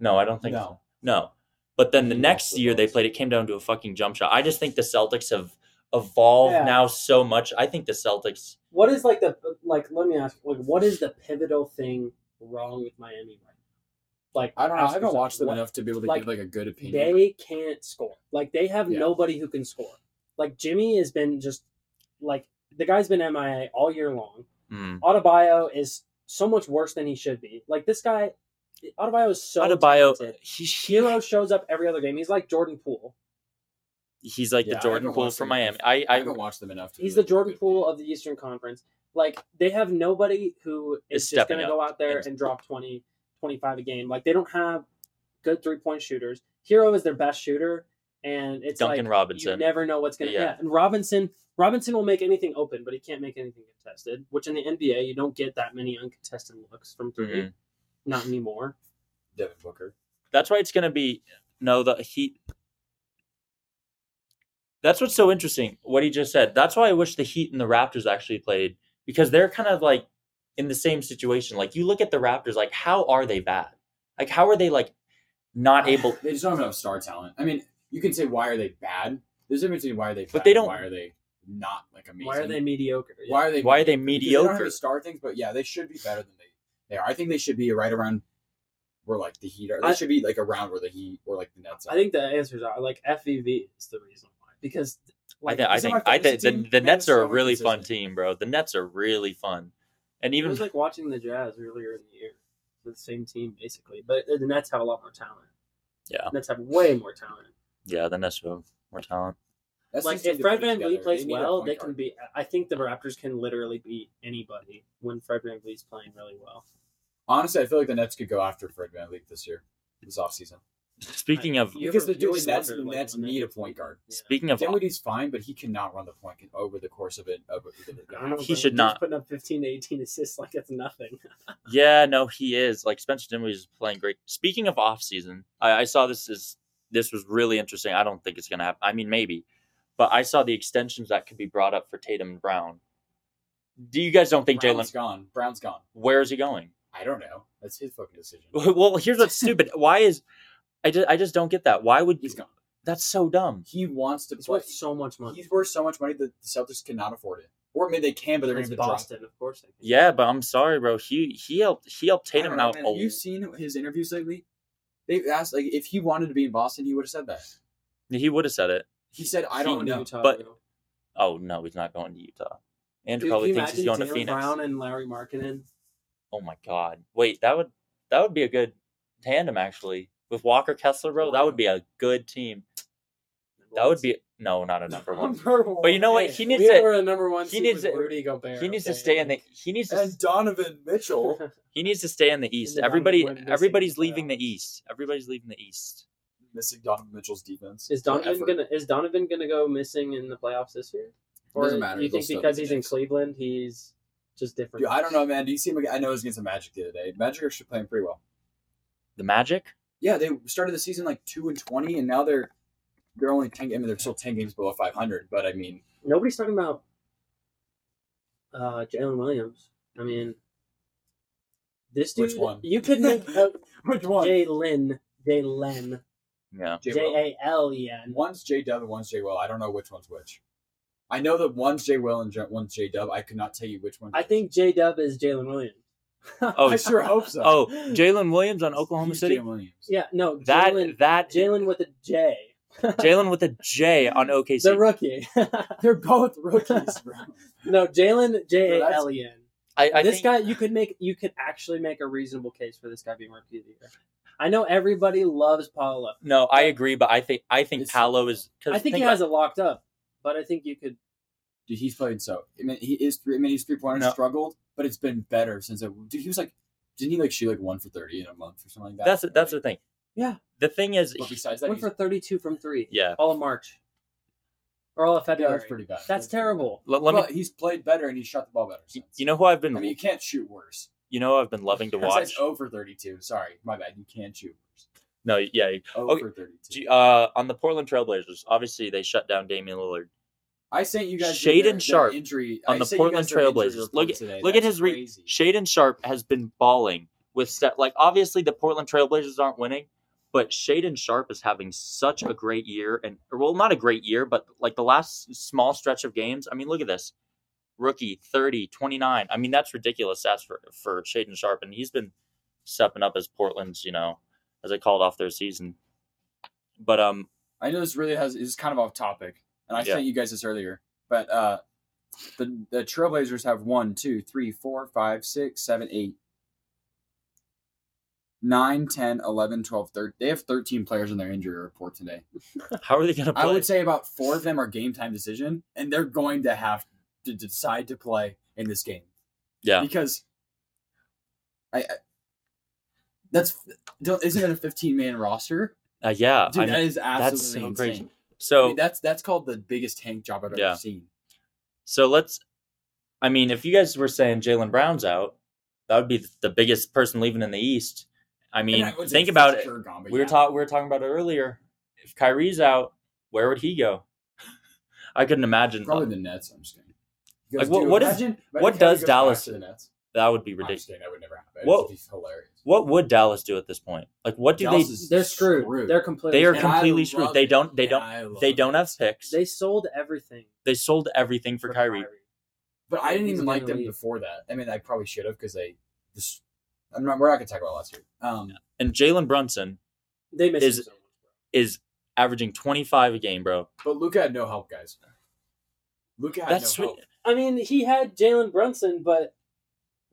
No, I don't think
no.
no. But then the
He
next
lost the
year they
Bulls.
played. It came down to a fucking jump shot. I just think the Celtics have evolved
Yeah.
now so much. I think the Celtics.
What is like the like? Let me ask. Like, what is the pivotal thing wrong with Miami right now? Like,
I don't know. I
ask
haven't
yourself,
watched them
what-
enough to be able to
like,
give like a good opinion.
They can't score. Like, they have
Yeah.
nobody who can score. Like, Jimmy has been just like the guy's been MIA all year long.
Mm.
Autobio is so much worse than he should be. Like this guy, Autobio is so
Adebayo,
talented.
he,
Hero shows up every other game. He's like Jordan Poole.
he's like
Yeah, I
the
haven't
Jordan Poole
watched
from
him.
Miami. I,
I
I
haven't watched them enough. To
He's
really
the
give a
Jordan
good
Poole
opinion.
of the Eastern Conference. Like they have nobody who
Is
is just
stepping
going to
up
go out there
and-
and drop 20, 25 a game. Like they don't have good three point shooters. Hero is their best shooter, and it's
Duncan
like, You
Robinson.
never know what's going to
Yeah.
yeah. And Robinson, Robinson will make anything open, but he can't make anything contested. Which in the NBA, you don't get that many uncontested looks from 3
Mhm.
Not anymore.
Devin Booker.
That's why it's going to be no the Heat. That's what's so interesting. What he just said. That's why I wish the Heat and the Raptors actually played because they're kind of like in the same situation. Like you look at the Raptors, like how are they bad? Like how are they like not able?
They just don't have enough star talent. I mean, you can say why are they bad? There's a difference between why are they bad.
But they
and
don't-
Why are they not like amazing?
Why are they mediocre? Yeah.
Why are they?
Why are they
because They don't have
mediocre?
any star things, but yeah, they should be better than they they are. I think they should be right around where like the Heat are. They
I-
should be like around where the Heat or like the Nets. Are.
I think the answers are like FEV is the reason why because
I
like
think I
These are
think
my
I think
fantasy
the,
team,
the
man,
Nets
they're
are a
so
really fun
inconsistent.
team, bro. The Nets are really fun, and
it
even
was like watching the Jazz earlier in the year, the same team basically, but uh, the Nets have a lot more talent.
Yeah.
Nets have way more talent.
yeah, the Nets have more talent.
That's
like
just need
if
to
Fred
put it
Van
together.
VanVleet plays
need a
well,
point
they
guard.
can be. I think the Raptors can literally beat anybody when Fred VanVleet's playing really well.
Honestly, I feel like the Nets could go after Fred Van Leek this year, this offseason.
Speaking of
You
Because
ever-
the
you
dude,
always
Nets,
wondered, like,
Nets
when they-
need a point guard.
Yeah.
speaking of
Dinwiddie's fine, but he cannot run the point over the course of it. Over the,
I don't know,
He
bro.
should
He's
not.
putting up fifteen to eighteen assists like it's nothing.
Yeah, no, he is. Like Spencer Dinwiddie is playing great. Speaking of off season, I, I saw this is this was really interesting. I don't think it's gonna happen. I mean, maybe, but I saw the extensions that could be brought up for Tatum and Brown. Do you guys don't think
Brown's
Jalen?
gone. Brown's gone.
Where is he going?
I don't know. That's his fucking decision.
Well, here's what's stupid. Why is I just I just don't get that. Why would
He's gone.
that's so dumb?
He wants to
He's
play.
worth so much money.
He's worth so much money that the Celtics cannot afford it. Or maybe they can, but they're going
It's
to drop
Boston, of course. they can.
Yeah, but I'm sorry, bro. He he helped he helped
I
Tatum
don't know,
out.
man.
a-
Have you seen his interviews lately? They asked like if he wanted to be in Boston, he would have said that.
he would have said it.
He said, "I
Going
don't
to
know."
Utah,
but-
bro.
Oh no, he's not going to Utah.
Dude,
Andrew
can
probably
you
thinks he's going
imagine
to
Tatum
Phoenix.
Brown and Larry Markkinen.
Oh my god. Wait, that would that would be a good tandem actually. With Walker Kessler, bro, that would be a good team. That would be No, not a number one.
Number one.
But you know what?
Hey,
He needs
we
to-
were a number one.
he
seed
needs
with
to-
Rudy Gobert.
He needs to
okay?
stay in the. He needs to.
And Donovan Mitchell.
He needs to stay in the East.
Donovan
Everybody,
went missing
everybody's
in the
leaving the
playoffs.
East. Everybody's leaving the East.
missing Donovan Mitchell's defense.
Is Donovan
effort.
gonna is Donovan gonna go missing in the playoffs this year? Or
Doesn't matter,
you
they'll
think
still
because
be
he's in
next.
Cleveland, he's just different?
Dude,
I don't know, man. Do you see him? Again? I know it was against the Magic the other day. Magic are actually playing pretty well.
The Magic.
Yeah, they started the season like two and twenty, and now they're they're only ten. I mean, they're still ten games below five hundred, but I mean,
Nobody's talking about uh, Jalen Williams. I mean, this dude.
Which one?
You could make uh,
Which one?
Jalen Jalen
Yeah.
Jay Will.
J A L E N.
one's J Dub and one's J Will. I don't know which one's which. I know that one's J Will and J- one's J Dub. I could not tell you which one.
I think J Dub is Jalen Williams.
Oh,
I sure hope so.
Oh, Jalen Williams on Oklahoma
He's
City.
Jalen Williams.
yeah, no,
That
Jalen
that
Jalen with a J.
Jalen with a J on OKC.
The rookie.
They're both rookies, bro.
no, Jalen J A
that's-
L E N.
I, I
this
think,
guy you could make you could actually make a reasonable case for this guy being rookie of the year. I know everybody loves Paolo.
No, I agree, but I think I think
It's-
Paolo is. Cause
I think he
about-
has it locked up, but I think you could.
Dude, he's played so. I mean, he is. three I mean, he's three pointers
No.
struggled, but it's been better since. I, dude, he was like, didn't he like shoot like one for thirty in a month or something like that?
That's that's the
Like,
thing.
Yeah.
The thing is,
But
he-
besides that,
Went
he's,
for thirty-two from three.
yeah.
All of March, or all of
yeah,
February.
that's pretty bad.
That's terrible.
Let, let
But
me.
he's played better and he shot the ball better. Since.
You know who I've
I mean, you
been.
can't shoot worse.
You know who I've been loving to
Besides
watch.
zero for thirty-two. Sorry, my bad. You can't shoot worse.
No, yeah.
Oh
Okay.
for thirty-two.
G- Uh, on the Portland Trailblazers, obviously they shut down Damian Lillard.
I sent you guys
Shaden
their- their
Sharp
injury
on
I
the
sent you guys
Portland
their injury
Trailblazers.
report
Look at-
today.
look at
That's
his re-
crazy.
Shaden Sharp has been balling with set. Like obviously the Portland Trailblazers aren't winning, but Shaden Sharp is having such a great year, and or, well, not a great year, but like the last s- small stretch of games. I mean, look at this rookie 30 29 i mean that's ridiculous stats for for shaden sharp and he's been stepping up as portland's you know as they called off their season but um
I know this really has is kind of off topic, and I
Yeah.
sent you guys this earlier, but uh, the the Trailblazers have one, two, three, four, five, six, seven, eight, nine, ten, eleven, twelve, thirteen. They have thirteen players in their injury report today.
how are they gonna play
I would say about four of them are game time decision, and they're going to have to decide to play in this game.
Yeah.
because I. I that's don't, isn't it a 15 man roster?
uh, yeah
Dude,
I mean,
that is absolutely
that's so
insane.
crazy.
I
so
mean, that's that's called the biggest tank job I've
Yeah.
ever seen.
So let's. I mean, if you guys were saying Jalen Brown's out, that would be th- the biggest person leaving in the East. I mean,
And I would say
think
for
about it.
sure Gamba,
We were
yeah.
talking. We were talking about it earlier. If Kyrie's out, where would he go? I couldn't imagine.
probably the Nets. I'm just kidding.
Like, what- what is- what
Kyrie
does
goes back
Dallas-
to the Nets?
that would be
I'm just
ridiculous.
kidding. That would never happen.
Whoa.
It'd be hilarious.
What would Dallas do at this point? Like, what do
Dallas
they?
is
They're screwed. They're completely.
They are
And
screwed.
I
completely
love
screwed. They
it.
don't- they
And
don't-
I love
they
it.
don't have picks. They,
They sold everything
sold everything for Kyrie.
But I didn't
He's
even like
gonna
them
leave.
before that. I mean, I probably should have because they. This, I'm not. We're not gonna talk about last year. Um,
And Jalen Brunson
They missed
Is-
him so much.
is averaging twenty five a game, bro.
but Luca had no help, guys. Luca had
That's
no
sweet.
help.
I mean, he had Jalen Brunson, but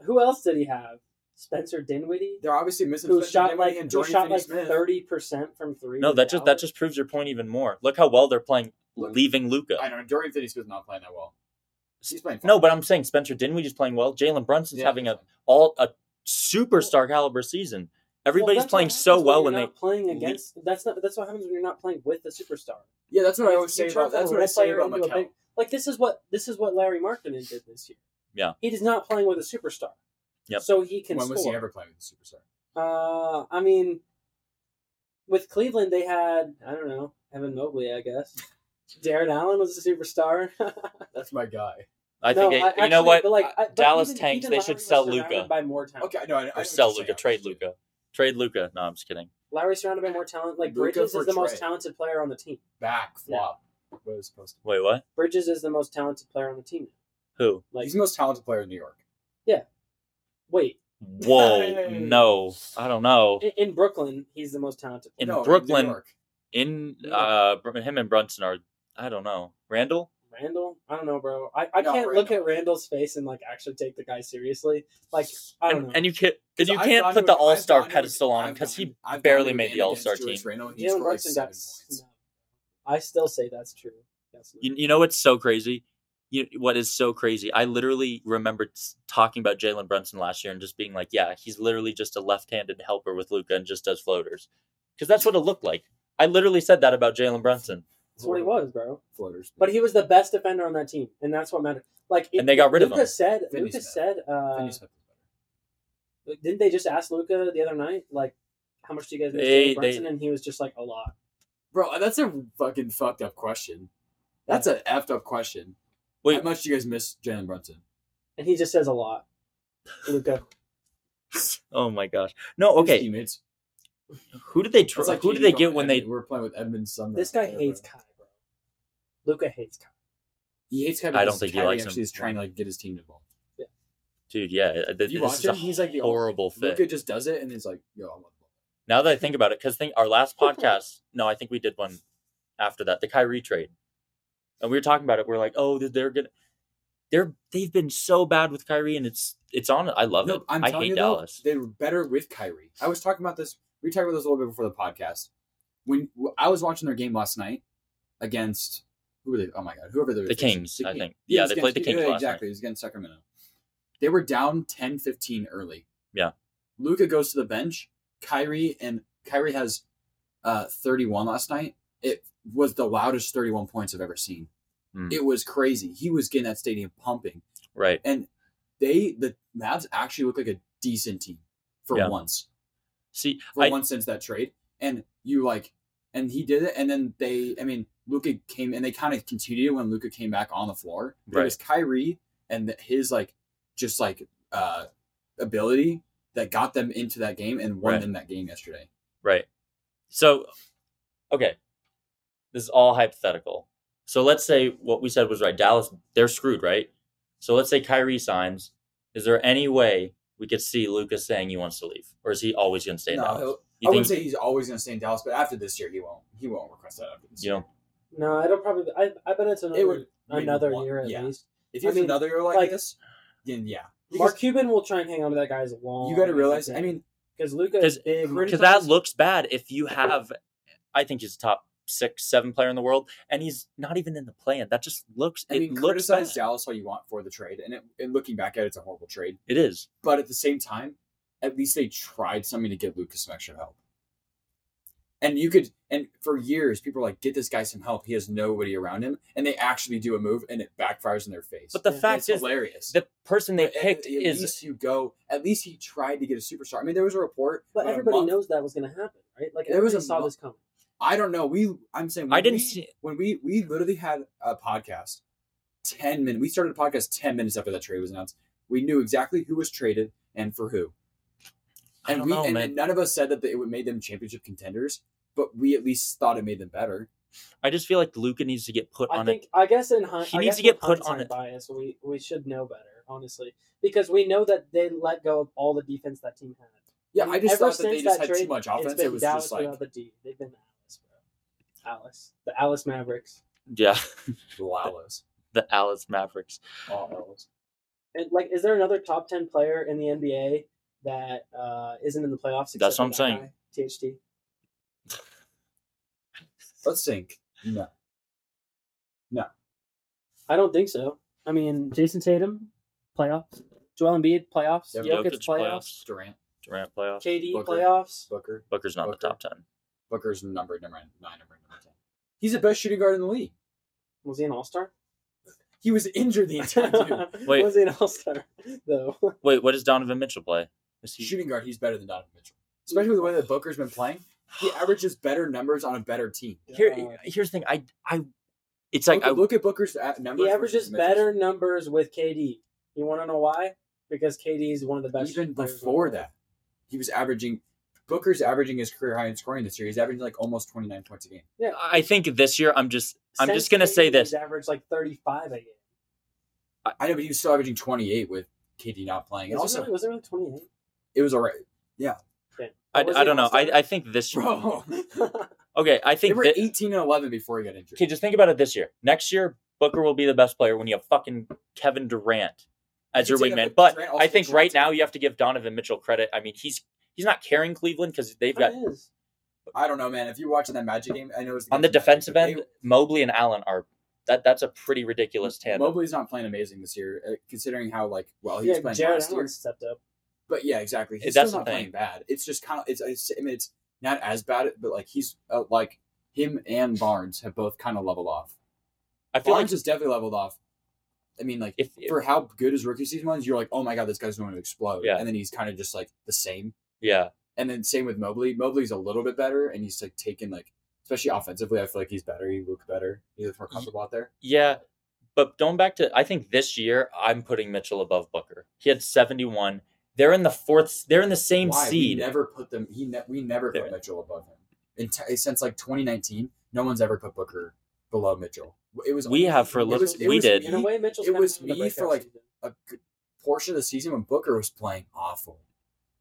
who else did he have? Spencer Dinwiddie,
They're obviously missing.
who
Spencer
shot
Dinwiddie
like
and
who
Jordan
shot like
Finney-Smith.
thirty percent from three.
No,
with
that just that
Dallas.
just proves your point even more. Look how well they're playing,
Look-
leaving Luca.
I know Jordan Finney Smith's not playing that well. He's playing.
No, but I'm saying Spencer Dinwiddie's playing well. Jalen Brunson's
Yeah,
having
he's
a all a superstar caliber season.
Well,
Everybody's
that's what
playing
happens
so well
you're
when they
not playing against. That's not. That's what happens when you're not playing with a superstar.
Yeah, that's what I always
You
say
turn from a
about. That's what
role
I say
player
about
into a
Mikal.
big- Like this is what this is what Larry Markkinen did this year.
Yeah.
he is not playing with a superstar.
Yep.
So he can
When
score.
was he ever playing with a superstar?
Uh, I mean, with Cleveland, they had I don't know Evan Mobley, I guess. Darren Allen was a superstar.
That's my guy.
I think
No,
it-
I-
you
actually,
know what
but like, I- but
Dallas
even-
tanks,
even
they
Lowry
should
was
sell
surrounded
Luca.
by more talent.
Okay, no, I, I know
or
what
sell
you're saying.
Luca, trade Luca, trade Luca. No, I'm just kidding.
Lowry surrounded by more talent. Like
Luka
Bridges
for
is the most
Trey.
talented player on the team.
Back flop. What was supposed to.
Wait, what?
Bridges is the most talented player on the team.
Who?
Like
He's the most talented player in New York.
wait,
Whoa, no, I don't know.
in, in Brooklyn, he's the most talented.
In
No, New
Brooklyn,
York.
in
Yeah.
uh, Br- him and Brunson are I don't know. Randall,
Randall, I don't know, bro. I, I
No,
can't look
Randall.
at Randall's face and like actually take the guy seriously. Like I don't
and,
know.
and you can't and you
I've
can't
gone
put
to
the
a- I've
All Star
gone to a-
pedestal on him
I've
because he
gone- I've
barely
gone to a
made
game
the All Star
against
team.
Julius Randle, and he
Jalen
scored, like,
Brunson got
seven points.
no. I still say that's true. That's
You, you know what's so crazy? You, what is so crazy? I literally remember t- talking about Jalen Brunson last year and just being like, yeah, he's literally just a left-handed helper with Luca and just does floaters, because that's what it looked like. I literally said that about Jalen Brunson,
that's what he was, bro.
floaters.
But he was the best defender on that team, and that's what mattered. Like it,
and they got rid of
Luca
him.
said,
Finney
Luca
Smith.
said, uh,
Finney Smith was better.
didn't they just ask Luca the other night, like, how much do you guys miss
They-
Jalen Brunson?
they-
and he was just like, a lot.
Bro, that's a fucking fucked up question. That's an effed up question.
Wait.
How much do you guys miss Jalen Brunson?
And he just says a lot, Luca.
Oh my gosh! No,
His
okay.
teammates.
Who did they
That's
tr-
like
Who did
Katie
they
going,
get when
"Edmund,
they?
we're playing with Edmund Sumner?
This guy
Yeah,
hates
bro.
Kai, bro. Luca hates Kai.
He hates Kai.
I don't think he
Kai
likes
actually
him.
is trying to like get his team involved.
Dude, yeah, th- th-
You
this
watch
is a
him, he's like the-
horrible fit.
Luca just does it and it's like, yo, I'm on the ball.
Now that I think about it, because think our last podcast, no, I think we did one after that, the Kyrie trade, and we were talking about it. We're like, oh, they're- they're gonna, they're they've been so bad with Kyrie, and it's it's on. I love it.
No, I'm
I
telling
hate
you though,
Dallas.
they were better with Kyrie. I was talking about this. We talked about this a little bit before the podcast. When w- I was watching their game last night against who were they? Oh my god, whoever they were
the
facing.
Kings,
The
I
Kings.
think.
it
Yeah,
was
they played the
against-
Kings
yeah,
last
exactly. It was against Sacramento. They were down 10-15 early.
Yeah.
Luca goes to the bench. Kyrie and Kyrie has uh, 31 last night. It was the loudest 31 points I've ever seen.
Mm.
It was crazy. He was getting that stadium pumping
night, right?
and they the Mavs actually look like a decent team for
Yeah.
once.
See,
For
I,
once since that trade. And you like and he did it and then they I mean Luca came and they kind of continued it when Luca came back on the floor. But It was Kyrie and th- his like just like uh ability that got them into that game and won
Right.
them that game yesterday.
Right. So, okay, this is all hypothetical. So let's say what we said was right. Dallas, they're screwed, right? So let's say Kyrie signs. Is there any way we could see Lucas saying he wants to leave, or is he always going to stay in
No,
Dallas?
he'll-
You
I
think-
wouldn't say he's always gonna stay in Dallas, but after this year he won't he won't request that after this
you know,
No, I don't probably. I, I bet it's another,
would- maybe
another
one-
year at
yeah.
least.
If he
I
has
mean,
another year like,
like-
this, then yeah.
Mark Cuban will try and hang on to that guy as long.
you gotta realize I mean
because Luca is
'Cause
big.
Chris-
because that looks bad. If you have, I think he's a top six, seven player in the world, and he's not even in the play-in. That just looks.
I mean,
it looks
criticize
bad.
Dallas all you want for the trade, and, it, and looking back at it, it's a horrible trade.
It is.
But at the same time, at least they tried something to get Lucas some extra help. And you could, and for years, people are like, "Get this guy some help. He has nobody around him," and they actually do a move, and it backfires in their face.
But the
Yeah, it's
fact
it's
is,
hilarious.
the person they
But at-
picked
at,
is
least you go. At least he tried to get a superstar. I mean, there was a report,
but
about a
everybody
month-
knows that was going to happen, right? Like
There was
everybody
a
saw
mo-
this coming.
I don't know. We, I'm saying,
I
when
didn't
we-
see-
when we we literally had a podcast ten minutes. We started a podcast ten minutes after that trade was announced. We knew exactly who was traded and for who,
I
and
don't
we
know,
and,
man.
and none of us said that they- it would made them championship contenders, but we at least thought it made them better.
I just feel like Luca needs to get put
I
on
think.
it.
I guess in hind-
He
I
needs
guess
to get
with
put on
hindsight
it.
Bias, we we should know better, honestly, because we know that they let go of all the defense that team had.
Yeah,
And
I
Mm,
just
ever
thought that they
since
just had
trade,
too much
It's
offense.
been
It was
Dallas
just like
without the D. They've been Alice, bro. Alice, the Alice Mavericks,
Yeah,
Lala's.
the Alice Mavericks.
all Alice. And like, is there another top ten player in the NBA that uh, isn't in the playoffs? except
That's what I'm
for
saying.
that guy, THT.
Let's think. No,
I don't think so. I mean, Jason Tatum, playoffs. Joel Embiid, playoffs.
Devin
Jokic,
Jokic,
playoffs.
Durant,
Durant playoffs.
KD,
Booker.
playoffs.
Booker,
Booker's not in the
Booker.
top ten.
Booker's number number nine, number number ten. He's the best shooting guard in the league.
Was he an All Star?
He was injured the entire time.
Wait.
Was he an All Star though?
Wait, what does Donovan Mitchell play? Is he?
shooting guard, he's better than Donovan Mitchell. Especially with the way that Booker's been playing, he averages better numbers on a better team.
Here,
Uh,
here's the thing. I, I, it's like
look,
I,
look at Booker's at numbers.
he averages
versus Mitchell's.
better numbers with KD. You want to know why? Because KD is one of the best.
Even
players in the
before
world.
that, he was averaging. Booker's averaging his career high in scoring this year. He's averaging like almost twenty nine points a game.
I think this year I'm just, I'm
Since
just gonna say
KD,
this.
He's averaged like thirty-five a game.
I know, but he was still averaging twenty eight with KD not playing. And
Was it
also,
really, was it really twenty-eight?
it was alright,
I,
was
I
he
don't know. I,
All-Star?
I think this. year.
bro.
Okay, I
They
think.
were
thi-
eighteen and eleven before he got injured.
okay, just think about it this year. Next year, Booker will be the best player when you have fucking Kevin Durant as
You
your
can say that,
wingman.
but
But
Durant also
I think
takes
right
shots.
now you have to give Donovan Mitchell credit. I mean, he's he's not carrying Cleveland because they've got
It is.
I don't know, man. If you're watching that Magic game, I know it's
on the
Magic,
defensive
but they-
end. Mobley and Allen are That that's a pretty ridiculous tandem.
Mobley's not playing amazing this year, uh, considering how like well he
yeah,
was playing
Jared
last year.
Allen stepped up.
But yeah, exactly. He's
That's the
still not
thing.
playing bad. It's just kind of it's, it's. I mean, it's not as bad, but like he's uh, like him and Barnes have both kind of leveled off.
I feel
Barnes
like
has definitely leveled off. I mean, like
if, if
for how good his rookie season was, you're like, oh my god, this guy's going to explode.
Yeah.
And then he's kind of just like the same.
yeah,
And then same with Mobley. Mobley's a little bit better, and he's like taken like, especially offensively, I feel like he's better. He looked better. He looks more comfortable out there.
yeah. But going back to, I think this year I'm putting Mitchell above Booker. He had 71. They're in the fourth. They're in the same
Why?
seed.
We never put them. He ne- we never put
Yeah.
Mitchell above him. In t- since like 2019, no one's ever put Booker below Mitchell. It was
we have for a
It
little.
was- it
we
was-
did.
In a way, Mitchell's
it
kind of
was
having a
me for,
breakout
like,
season.
a good portion of the season when Booker was playing awful,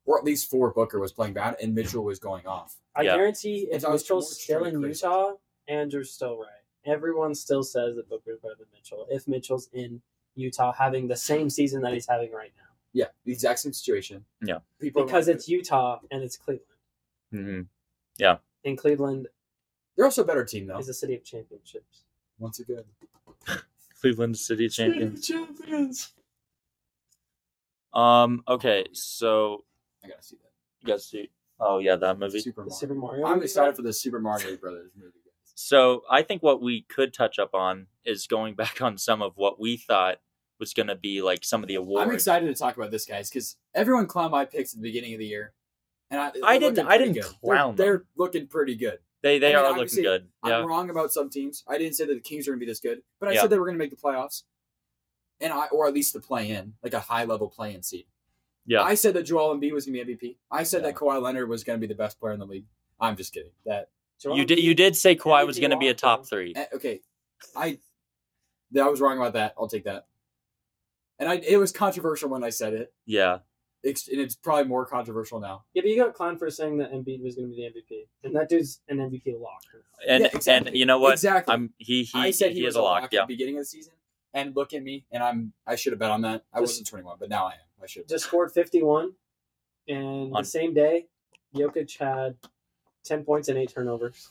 or at least for Booker was playing bad, and Mitchell was going off.
I
Yeah.
guarantee if
It's always
Mitchell's
more
still in
strictly-
Utah, Andrew's still right. Everyone still says that Booker's better than Mitchell if Mitchell's in Utah having the same season that he's having right now.
Yeah, the exact same situation.
Yeah.
people
because
are-
it's Utah and it's Cleveland.
Mhm.
And Cleveland
they're also a better team though.
is a city of championships.
Once again,
Cleveland City champions. Um. Okay. So
I gotta see that.
you guys see? Oh yeah, that movie.
Super
The
Mario.
Super Mario.
I'm
movie?
excited for the Super Mario Brothers movie.
So I think what we could touch up on is going back on some of what we thought was going to be like some of the awards.
I'm excited to talk about this, guys, because everyone clowned my picks at the beginning of the year, and I,
I
they're
didn't-
looking
I
pretty
didn't
good.
clown them.
They're, they're looking pretty good.
They they
I mean,
are looking
obviously,
good. Yeah.
I'm wrong about some teams. I didn't say that the Kings were going to be this good, but I
Yeah.
said they were going to make the playoffs, and I or at least the play in, like a high level play in seed.
Yeah.
I said that Joel Embiid was going to be MVP. I said
Yeah.
that Kawhi Leonard was going to be the best player in the league. I'm just kidding. That
Joel
You did
Embiid-
you did say Kawhi was
MVP
going to be a
lockdown.
top three.
eh, okay. I that I was wrong about that. I'll take that. And I it was controversial when I said it.
Yeah.
It's, and it's probably more controversial now.
Yeah, but you got clowned for saying that Embiid was going to be the MVP, and that dude's an MVP lock.
And
Yeah, exactly.
and you know what?
Exactly.
I'm he he
I said he,
is
was
a lock.
at
Yeah.
the beginning of the season, and look at me, and I'm I should have bet on that. I
Just-
wasn't 21, but now I am. I should.
Just scored fifty-one, and
On-
the same day, Jokic had ten points and eight turnovers.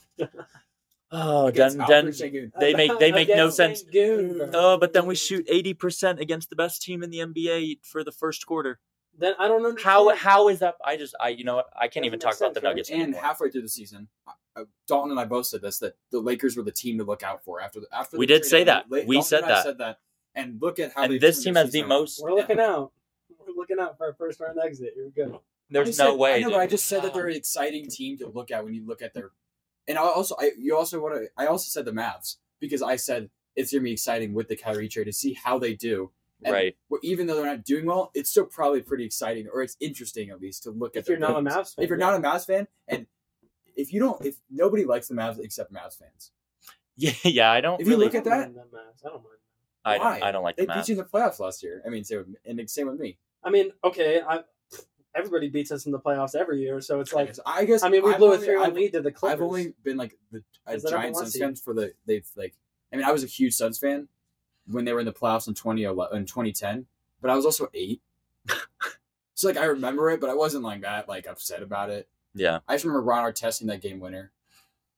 Oh,
Against
then
Alfred
then
Sengun.
They make- they make no
Against
sense.
Cancun.
oh, but then we shoot eighty percent against the best team in the NBA for the first quarter.
Then I don't understand
How how is that? I just I you know what? I
Doesn't
can't even
make
talk about
sense,
the
right?
Nuggets
and
anymore.
halfway through the season, I- I- Dalton and I both said this that the Lakers were the team to look out for after the after.
We
the
did
trade
say
deadline.
that. We
Dalton
said
and I
that.
said that. And look at how
And
they've
this
turned
team
their
has the
season
most-
We're looking out. We're looking out for our first round exit. Here we go.
There's
I
no
said-
way.
I know,
dude. Um,
but I just said that they're an exciting team to look at when you look at their. And I also, I you also want to. I also said the Mavs because I said it's gonna be exciting with the Kyrie trade to see how they do. And
right.
well, even though they're not doing well, it's still probably pretty exciting, or it's interesting at least to look at.
If you're
their
not a
teams.
Mavs fan,
if you're not a Mavs fan, and if you don't, if nobody likes the Mavs except Mavs fans,
Yeah, yeah. I don't
If you
really.
look at
I don't
that-
mind them Mavs. I don't mind.
I
why?
don't. I don't like
they
the
beat
Mavs.
you in the playoffs last year. I mean, same with, and same with me.
I mean, okay, I, everybody beats us in the playoffs every year, so it's
I
like
guess. I, guess
I mean, we
I've
blew a
only-
three-one
I've-
lead to the Clippers.
I've only been like the a
Is that
giant
number one
Suns
seed?
fan for the they've like. I mean, I was a huge Suns fan when they were in the playoffs in twenty in twenty ten, but I was also eight. so like I remember it, but I wasn't like that like upset about it.
Yeah.
I just remember Ron Artest in that game winner,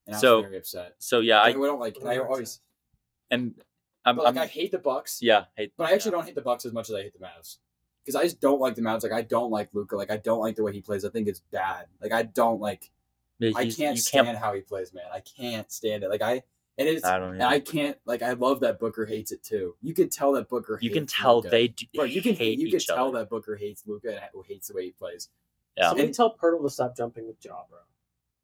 and I was
So,
very upset.
So yeah,
I,
I
don't like. I always,
and I'm,
but like, I
I'm
hate the Bucks,
yeah. Hate,
but I actually don't hate the Bucks as much as I hate the Mavs because I just don't like the Mavs. Like I don't like Luca. Like I don't like the way he plays. I think it's bad. Like I don't like.
don't.
I can't stand how he plays, man. I can't stand it. Like I, and it's.
I don't.
and I can't like I love that Booker hates it too. You can tell that Booker.
you
hates
can tell
Luka.
they do,
Bro, you can
hate
you can
each
tell
other.
that Booker hates Luca and hates the way he plays.
Yeah.
Somebody
And-
tell Pirtle to stop jumping with Jaw, bro.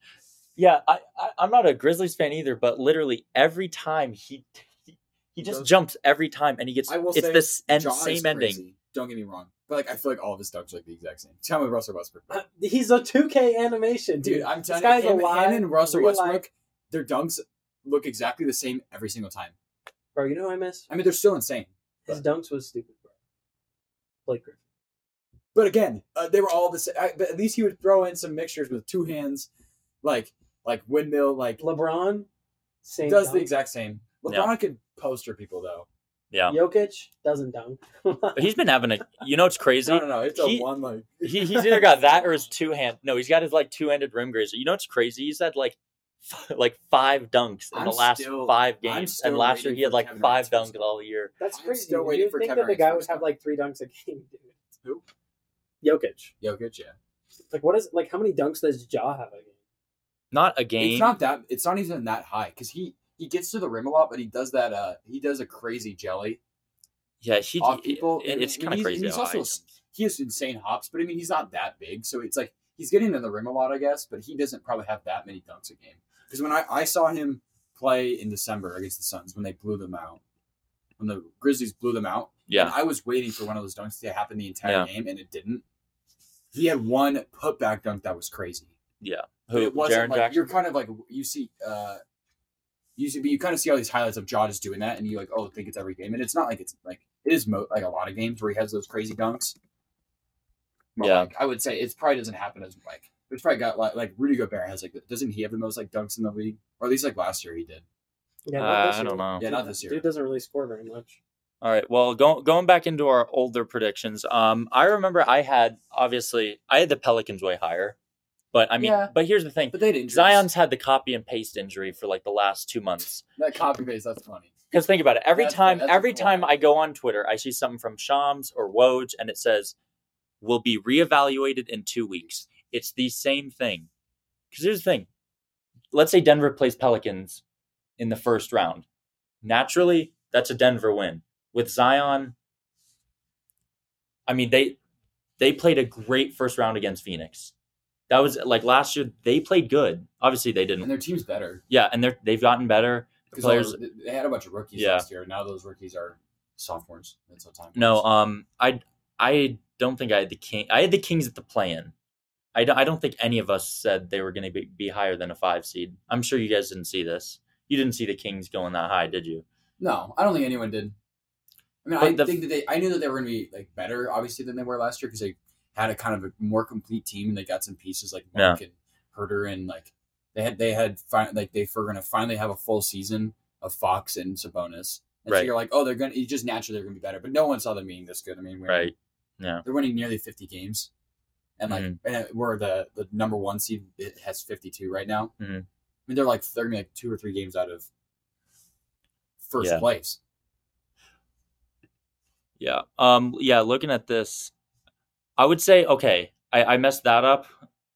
Yeah, I, I I'm not a Grizzlies fan either, but literally every time he he, he just
Does-
jumps every time, and he gets
I will
it's
say,
this and
Jaw is
same ending.
crazy. Don't get me wrong, but like I feel like all of his dunks are like the exact same. Tell me Russell Westbrook,
Uh, He's a 2K animation, dude.
dude. I'm
this
telling
guy's
you, him,
alive,
him and Russell
real
Westbrook,
life.
their dunks look exactly the same every single time.
Bro, you know who I miss?
I mean, they're still insane.
His dunks was stupid, bro. Blake Griffin.
But again, uh, they were all the same. I, but at least he would throw in some mixtures with two hands, like like windmill, like
LeBron, same
does the
dunk.
exact same. LeBron
Yeah.
could poster people though.
Yeah,
Jokic doesn't dunk.
but he's been having a. You know, it's crazy.
No, no, no. It's
He-
a one like
He, he's either got that or his two hand. No, he's got his like two handed rim grazer. You know, it's crazy. He's had like like five dunks in
I'm
the last
still-
five
I'm
games,
still
and last year
waiting
he had
for
like
Kevin
five
Durant's
dunks
first
all year.
That's
I'm
crazy.
still
Still
waiting
you
for
think that
Kevin
the
Durant's
guy would
first
have like three dunks a game, dude?
Who?
Jokic.
Jokic, yeah.
Like what is like how many dunks does Ja have a game?
Not a game.
It's not that. It's not even that high because he he gets to the rim a lot, but he does that. Uh, he does a crazy jelly.
yeah, she.
off people,
it-
and-
it's
and
kind of
he's-
crazy.
and he's
how
also
high he
s-
jumps.
He has insane hops, but I mean he's not that big, so it's like he's getting to the rim a lot, I guess. But he doesn't probably have that many dunks a game. Because when I, I saw him play in December against the Suns when they blew them out, when the Grizzlies blew them out, and
yeah,
I was waiting for one of those dunks to happen the entire
Yeah.
game, and it didn't. He had one putback dunk that was crazy.
yeah.
But
Who?
it wasn't
Jaren
like
Jackson.
you're kind of like you see uh you see but you kind of see all these highlights of Jaw just doing that and you like oh I think it's every game and it's not like it's like it is mo- like a lot of games where he has those crazy dunks. But,
Yeah.
like, I would say it probably doesn't happen as like there's probably got like like Rudy Gobert has like doesn't he have the most like dunks in the league or at least like last year he did.
Yeah, not
Uh,
this
I
year.
don't know.
Yeah, not this year.
Dude doesn't really score very much.
All right. Well, go, going back into our older predictions, um, I remember I had obviously I had the Pelicans way higher, but I mean,
Yeah.
but here's the thing:
But they didn't.
Zion's had the copy and paste injury for like the last two months.
that copy paste that's funny.
Because think about it, every
That's-
time,
that's
every
a
time
lot.
I go on Twitter, I see something from Shams or Woj, and it says, "Will be reevaluated in two weeks." It's the same thing. Because here's the thing: let's say Denver plays Pelicans in the first round. Naturally, that's a Denver win. With Zion, I mean they they played a great first round against Phoenix. That was like last year. They played good. Obviously, they
And
didn't.
their team's better
Yeah, and they're they've gotten better.
because
Players-
they had a bunch of rookies
Yeah.
last year. Now those rookies are sophomores. That's what time.
No,
goes.
um, I I don't think I had the king. I had the Kings at the play-in. I don't, I don't think any of us said they were going to be, be higher than a five seed. I'm sure you guys didn't see this. You didn't see the Kings going that high, did you?
No, I don't think anyone did. I mean,
But
I
the-
think that they. I knew that they were going to be like better, obviously, than they were last year because they had a kind of a more complete team and they got some pieces like Monk and Herder and like they had they had fi- like they were going to finally have a full season of Fox and Sabonis. And
Right.
so you're like, oh, they're going to just naturally they're going to be better, but no one saw them being this good. I mean, we're-
Right. Yeah.
They're winning nearly 50 games, and like
Mhm.
and we're the the number one seed. It has 52 right now.
Mhm.
I mean, they're like they're going to be like two or three games out of first
Yeah.
place.
Yeah. Um. Yeah. Looking at this, I would say okay. I, I messed that up.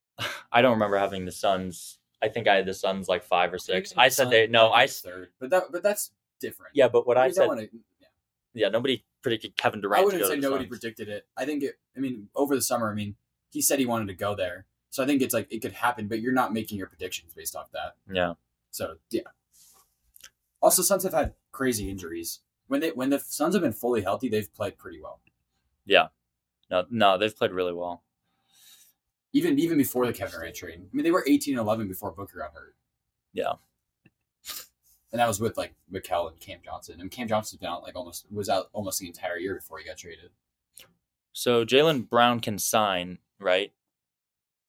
I don't remember having the Suns. I think I had the Suns like five or six. I said they no. I s-
third, but that but that's different.
yeah, but what
You
I
don't
said
wanna- yeah.
yeah. Nobody predicted Kevin Durant.
I
to
wouldn't
go to
say
the
nobody
Suns.
predicted it. I think it. I mean, over the summer, I mean, he said he wanted to go there, so I think it's like it could happen, but you're not making your predictions based off that.
Yeah.
So yeah. Also, Suns have had crazy injuries. When they when the Suns have been fully healthy, they've played pretty well.
No. No. They've played really well.
Even even before the Kevin Durant trade, I mean, they were 18 and 11 before Booker got hurt.
Yeah.
And that was with like Mikel and Cam Johnson, and Cam Johnson's been out like almost was out almost the entire year before he got traded.
So Jalen Brown can sign, right?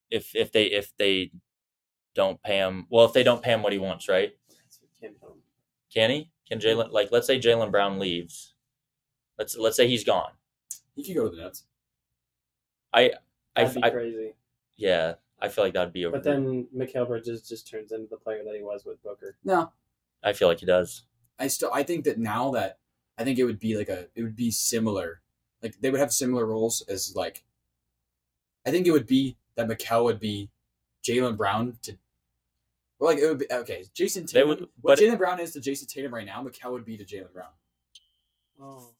If if they if they don't pay him, well, if they don't pay him what he wants, right?
Can't tell him.
Can he? Can
Mm-hmm.
Jalen like let's say Jalen Brown leaves, let's let's say he's gone.
He could go to the Nets.
I,
That'd be
I-
crazy.
yeah, I feel like that'd be over.
But then Mikhail Bridges just turns into the player that he was with Booker.
No,
I feel like he does.
I still I think that now that I think it would be like a it would be similar, like they would have similar roles as like. I think it would be that Mikel would be Jalen Brown to, well, like it would be okay. Jason
They
Tatum,
would,
what
but
Jalen Brown is to Jason Tatum right now, Mikel would be to Jalen Brown.
Oh.